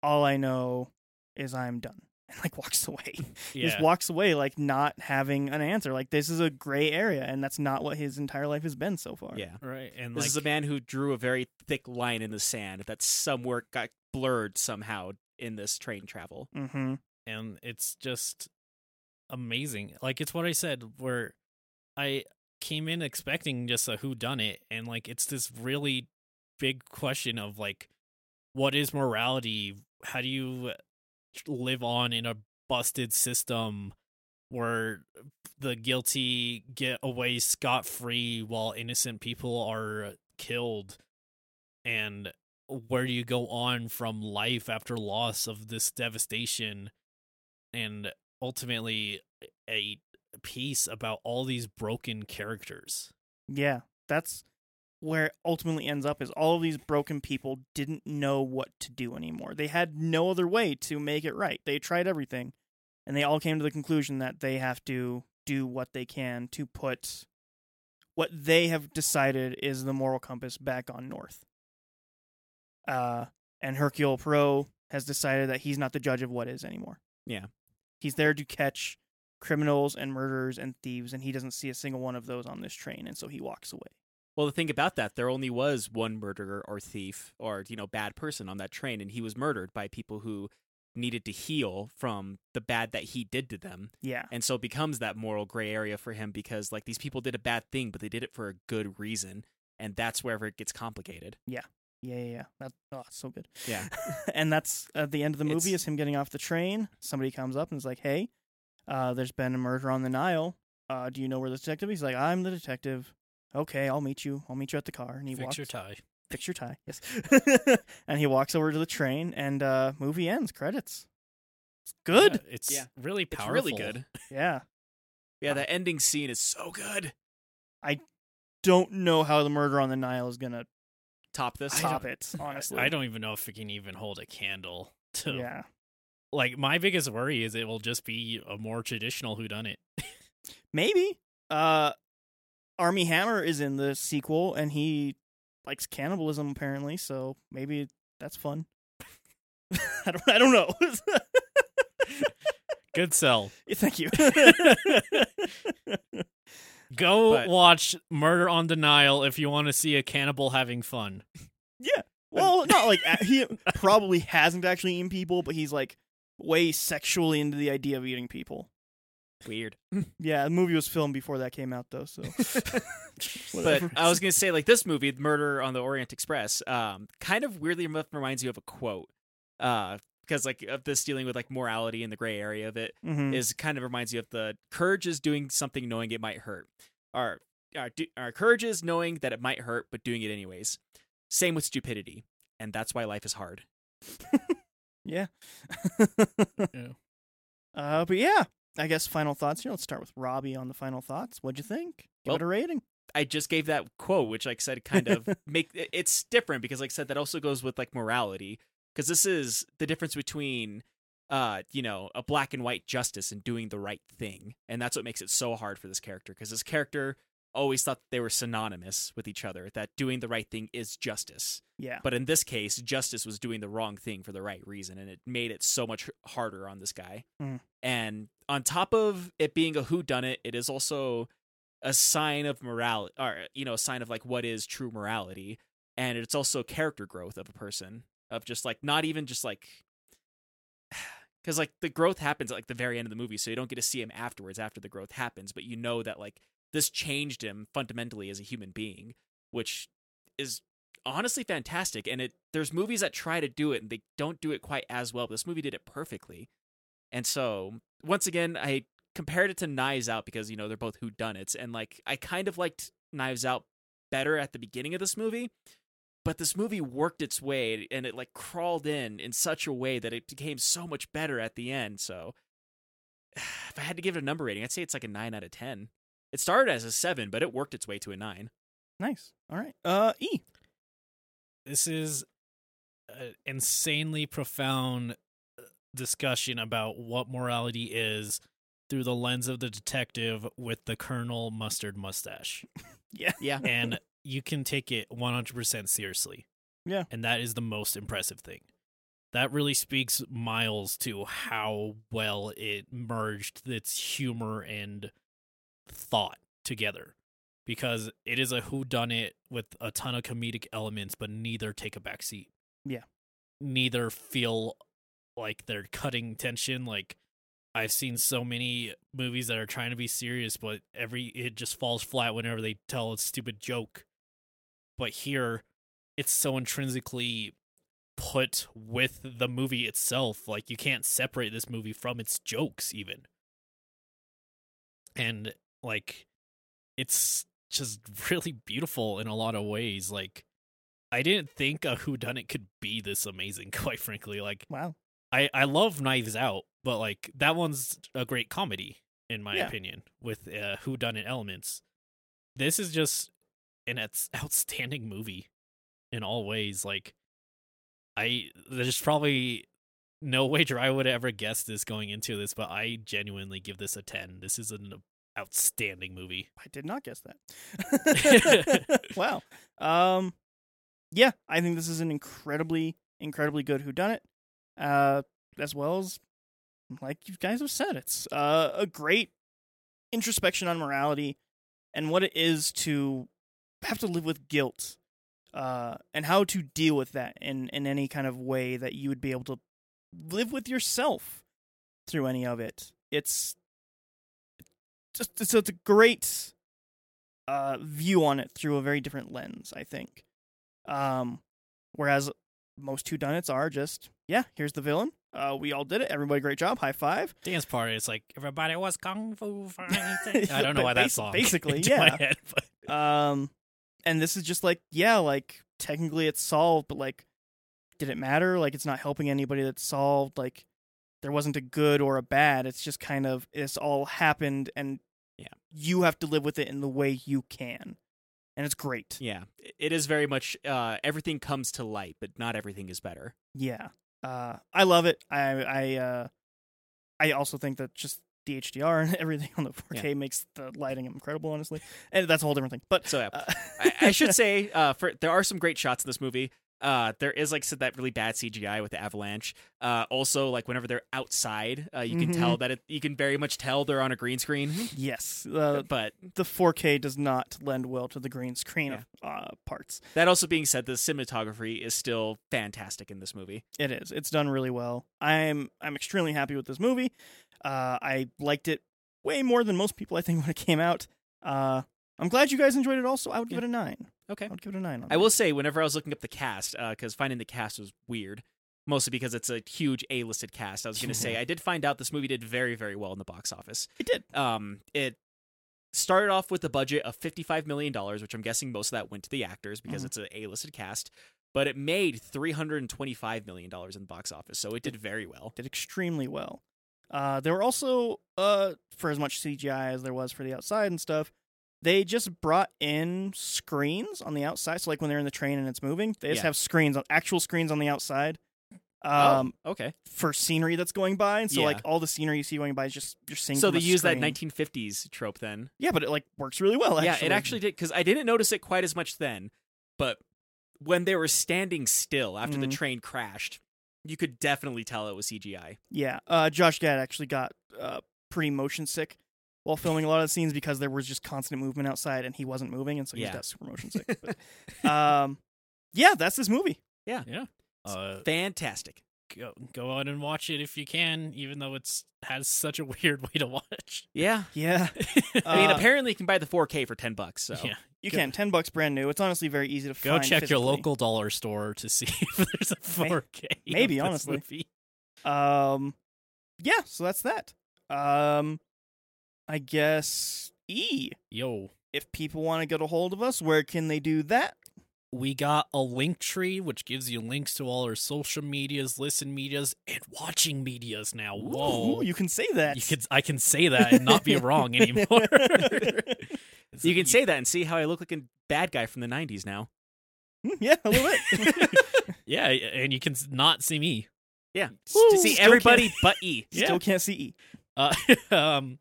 All I know is I'm done. And like walks away yeah just walks away like not having an answer. Like this is a gray area, and that's not what his entire life has been so far. Yeah. right and This like is a man who drew a very thick line in the sand that somewhere got blurred somehow in this train travel. Mm-hmm. and it's just amazing like it's what i said where i came in expecting just a who done it and like it's this really big question of like what is morality how do you live on in a busted system where the guilty get away scot free while innocent people are killed and where do you go on from life after loss of this devastation and ultimately a piece about all these broken characters Yeah, that's where it ultimately ends up is all of these broken people didn't know what to do anymore. They had no other way to make it right. They tried everything and they all came to the conclusion that they have to do what they can to put what they have decided is the moral compass back on north. Uh and Hercule Pro has decided that he's not the judge of what is anymore. Yeah. He's there to catch criminals and murderers and thieves and he doesn't see a single one of those on this train and so he walks away. Well, the thing about that, there only was one murderer or thief or you know bad person on that train, and he was murdered by people who needed to heal from the bad that he did to them, Yeah. and so it becomes that moral gray area for him because like these people did a bad thing, but they did it for a good reason, and that's wherever it gets complicated. Yeah, yeah, yeah. That, oh, it's so good. Yeah. and that's at the end of the movie It's- is him getting off the train. Somebody comes up and is like, "Hey, uh, there's been a murder on the Nile. Uh, do you know where the detective?" is?" He's like, "I'm the detective." Okay, I'll meet you. I'll meet you at the car. And he Fix walks. your tie. Fix your tie. Yes. and he walks over to the train, and uh, movie ends. Credits. It's good. Yeah, it's Yeah. really It's powerful. really good. yeah. Yeah, that ending scene is so good. Don't know how the murder on the Nile is gonna Top this. top it. Honestly, I don't even know if it can even hold a candle to Yeah. like my biggest worry is it will just be a more traditional who done it. Maybe. Uh Army Hammer is in the sequel and he likes cannibalism apparently, so maybe that's fun. I don't I don't know. Good sell. Thank you. Go But- watch Murder on the Nile if you want to see a cannibal having fun. well, not like a- he probably hasn't actually eaten people, but he's like way sexually into the idea of eating people. Weird. Yeah, the movie was filmed before that came out though, so But Whatever. I was gonna say, like this movie, Murder on the Orient Express, um, kind of weirdly enough reminds you of a quote, because like of this dealing with like morality and the gray area of it is Mhm. kind of reminds you of the courage is doing something knowing it might hurt. Our our, do, our courage is knowing that it might hurt, but doing it anyways. Same with stupidity, and that's why life is hard. Yeah. Yeah. Uh, but yeah, I guess final thoughts here. Let's start with Robbie on the final thoughts. What'd you think? Give Well- it a rating. I just gave that quote, which like I said, kind of make it- it's different because like I said, that also goes with like morality because this is the difference between, uh, you know, a black and white justice and doing the right thing, and that's what makes it so hard for this character because this character always thought that they were synonymous with each other, that doing the right thing is justice, Yeah. but in this case, justice was doing the wrong thing for the right reason, and it made it so much harder on this guy. Mm. And on top of it being a who done it, it is also a sign of morality, or you know, a sign of like what is true morality, and it's also character growth of a person of just like not even just like because like the growth happens at like the very end of the movie, so you don't get to see him afterwards after the growth happens, but you know that like this changed him fundamentally as a human being, which is honestly fantastic and it there's movies that try to do it and they don't do it quite as well but this movie did it perfectly and so once again i compared it to knives out because you know they're both who done and like i kind of liked knives out better at the beginning of this movie but this movie worked its way and it like crawled in in such a way that it became so much better at the end so if i had to give it a number rating i'd say it's like a 9 out of 10 it started as a 7 but it worked its way to a 9 Nice. All right. Uh, E. This is an insanely profound uh, discussion about what morality is through the lens of the detective with the Colonel Mustard mustache. Yeah. yeah and you can take it 100% seriously. Yeah. And that is the most impressive thing. That really speaks miles to how well it merged its humor and thought together because it is a who done it with a ton of comedic elements but neither take a backseat. Yeah. Neither feel like they're cutting tension like I've seen so many movies that are trying to be serious, but every it just falls flat whenever they tell a stupid joke. But here, it's so intrinsically put with the movie itself. Like you can't separate this movie from its jokes, even. And like, it's just really beautiful in a lot of ways. Like, I didn't think a whodunit could be this amazing. Quite frankly, like Wow. I I love Knives Out, but like that one's a great comedy in my Yeah. opinion with uh, whodunit elements. This is just an outs- outstanding movie in all ways. Like I there's probably no wager I would have ever guessed this going into this, but I genuinely give this a 10. This is an outstanding movie. I did not guess that. wow. Um, yeah, I think this is an incredibly, incredibly good whodunit. Uh, as well as, like you guys have said, it's uh, a great introspection on morality and what it is to have to live with guilt, uh, and how to deal with that in in any kind of way that you would be able to live with yourself through any of it. It's just it's, it's a great uh view on it through a very different lens, I think. Um whereas most two donuts are just, yeah, here's the villain. Uh we all did it. Everybody great job. High five. Dance party is like everybody was kung fu for anything. I don't know why that Bas- song basically, into my yeah. head, but- Um and this is just like, yeah, like technically it's solved, but like did it matter? Like it's not helping anybody that's solved, like there wasn't a good or a bad. It's just kind of it's all happened and Yeah. you have to live with it in the way you can. And it's great. Yeah, it is very much uh, everything comes to light, but not everything is better. Yeah. Uh I love it. I I uh I also think that just the HDR and everything on the 4K makes the lighting incredible, honestly. And that's a whole different thing. But So yeah, uh, I, I should say uh, for there are some great shots in this movie. Uh, there is like said that really bad CGI with the avalanche. Uh, also, like whenever they're outside, uh, you Mhm. can tell that it, you can very much tell they're on a green screen. yes, uh, but the 4K does not lend well to the green screen Yeah. of, uh, parts. that also being said, the cinematography is still fantastic in this movie. It is. It's done really well. I'm I'm extremely happy with this movie. Uh, I liked it way more than most people I think when it came out. Uh, I'm glad you guys enjoyed it. Also, I would give Yeah. it a nine. Okay. I would give it a nine. On I will say, whenever I was looking up the cast, because finding the cast was weird, mostly because it's a huge A-listed cast. I was going to say I did find out this movie did very, very well in the box office. It did. Um, it started off with a budget of fifty-five million dollars, which I'm guessing most of that went to the actors because Mhm. it's an A-listed cast. But it made three hundred and twenty-five million dollars in the box office, so it did very well. did extremely well. Uh, there were also, uh, for as much CGI as there was for the outside and stuff, they just brought in screens on the outside. So, like when they're in the train and it's moving, they just Yeah. have screens on actual screens on the outside um, oh, okay. for scenery that's going by. And so, Yeah. like all the scenery you see going by is just you're seeing. So from they a used that screen. 1950s trope then. Yeah, but it like works really well. Actually. Yeah, it actually did because I didn't notice it quite as much then, but when they were standing still after the Mhm. train crashed, you could definitely tell it was CGI. Yeah, uh, Josh Gad actually got uh, pretty motion sick while filming a lot of the scenes because there was just constant movement outside and he wasn't moving, and so he Yeah. got super motion sick. But, um, yeah, that's this movie. Uh, Fantastic. go, go out and watch it if you can, even though it's has such a weird way to watch. Yeah, Yeah, I mean Uh, apparently you can buy the 4K for 10 bucks. So Yeah. you go- can ten bucks brand new. It's honestly very easy to Go find. check your physically. local dollar store to see if there's a 4K. of maybe, this honestly. movie. Um, yeah, so that's that. Um, I guess E. Yo, If people want to get a hold of us, where can they do that? we got a link tree which gives you links to all our social medias, listen medias, and watching medias now. Whoa. Ooh, you can say that. You could I can say that and not be wrong anymore. you can say that and see how I look like a bad guy from the 90s now. yeah, a little bit. Yeah, and you can s- not see me. Yeah, Woo. to see Still everybody but E. Yeah. Still can't see E. Uh, um,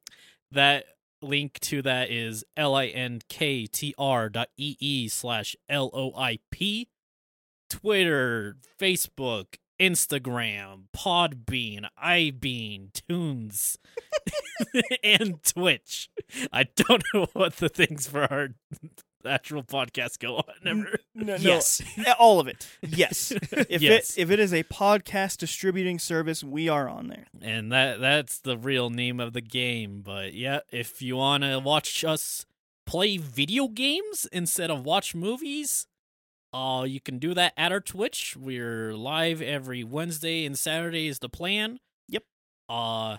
that link to that is l i n k t r dot e e slash l o i p. Twitter, Facebook, Instagram, Podbean, iBean, Tunes, and Twitch. I don't know what the things for our actual podcast go on. Never. No, no, Yes. Eh, all of it. Yes. If Yes. it if it is a podcast distributing service, we are on there. and that that's the real name of the game but yeah if you want to watch us play video games instead of watch movies uh you can do that at our twitch we're live every wednesday and saturday is the plan Yep. uh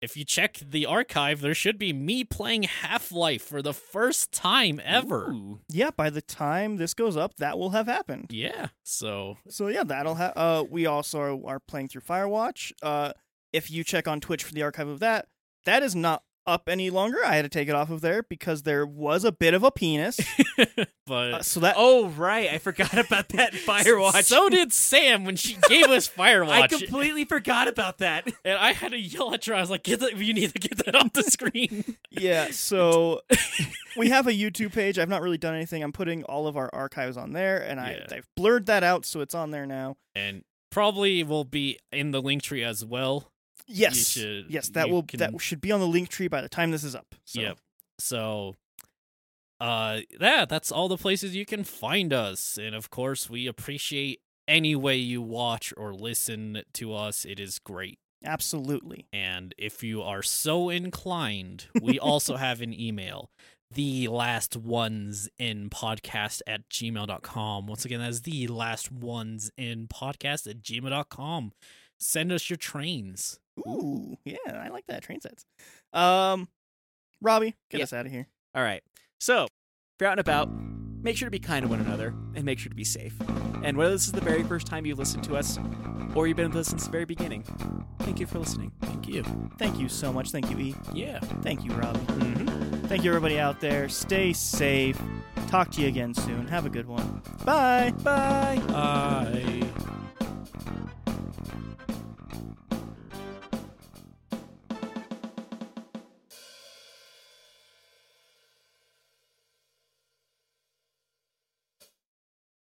if you check the archive there should be me playing half-life for the first time ever Ooh. Yeah, by the time this goes up, that will have happened. yeah so So yeah, that'll have uh we also are, are playing through Firewatch. Uh if you check on Twitch for the archive of that, that is not up any longer. I had to take it off of there because there was a bit of a penis. but Uh, so that Oh right, I forgot about that Firewatch. So did Sam when she gave us Firewatch. I completely forgot about that. and I had to yell at her. I was like, "Get that! You need to get that off the screen." yeah, so we have a YouTube page. I've not really done anything. I'm putting all of our archives on there, and I Yeah. I've blurred that out, so it's on there now. and probably will be in the link tree as well. Yes, should- yes, that you will can- that should be on the link tree by the time this is up. So. Yep. So, uh, yeah, that's all the places you can find us, and of course, we appreciate any way you watch or listen to us. It is great. Absolutely. And if you are so inclined, we also have an email. The last ones in podcast at gmail.com. Once again, that is the last ones in podcast at gmail.com. Send us your trains. Ooh, yeah, I like that train sets. Um, Robbie, get Yeah. us out of here. All right. So, if you're out and about, make sure to be kind to one another and make sure to be safe. And whether this is the very first time you've listened to us or you've been with us since the very beginning, thank you for listening. Thank you. Thank you so much. Thank you, E. Yeah. Thank you, Robbie. Mm-hmm. Thank you, everybody out there. Stay safe. Talk to you again soon. Have a good one. Bye. Bye. Bye.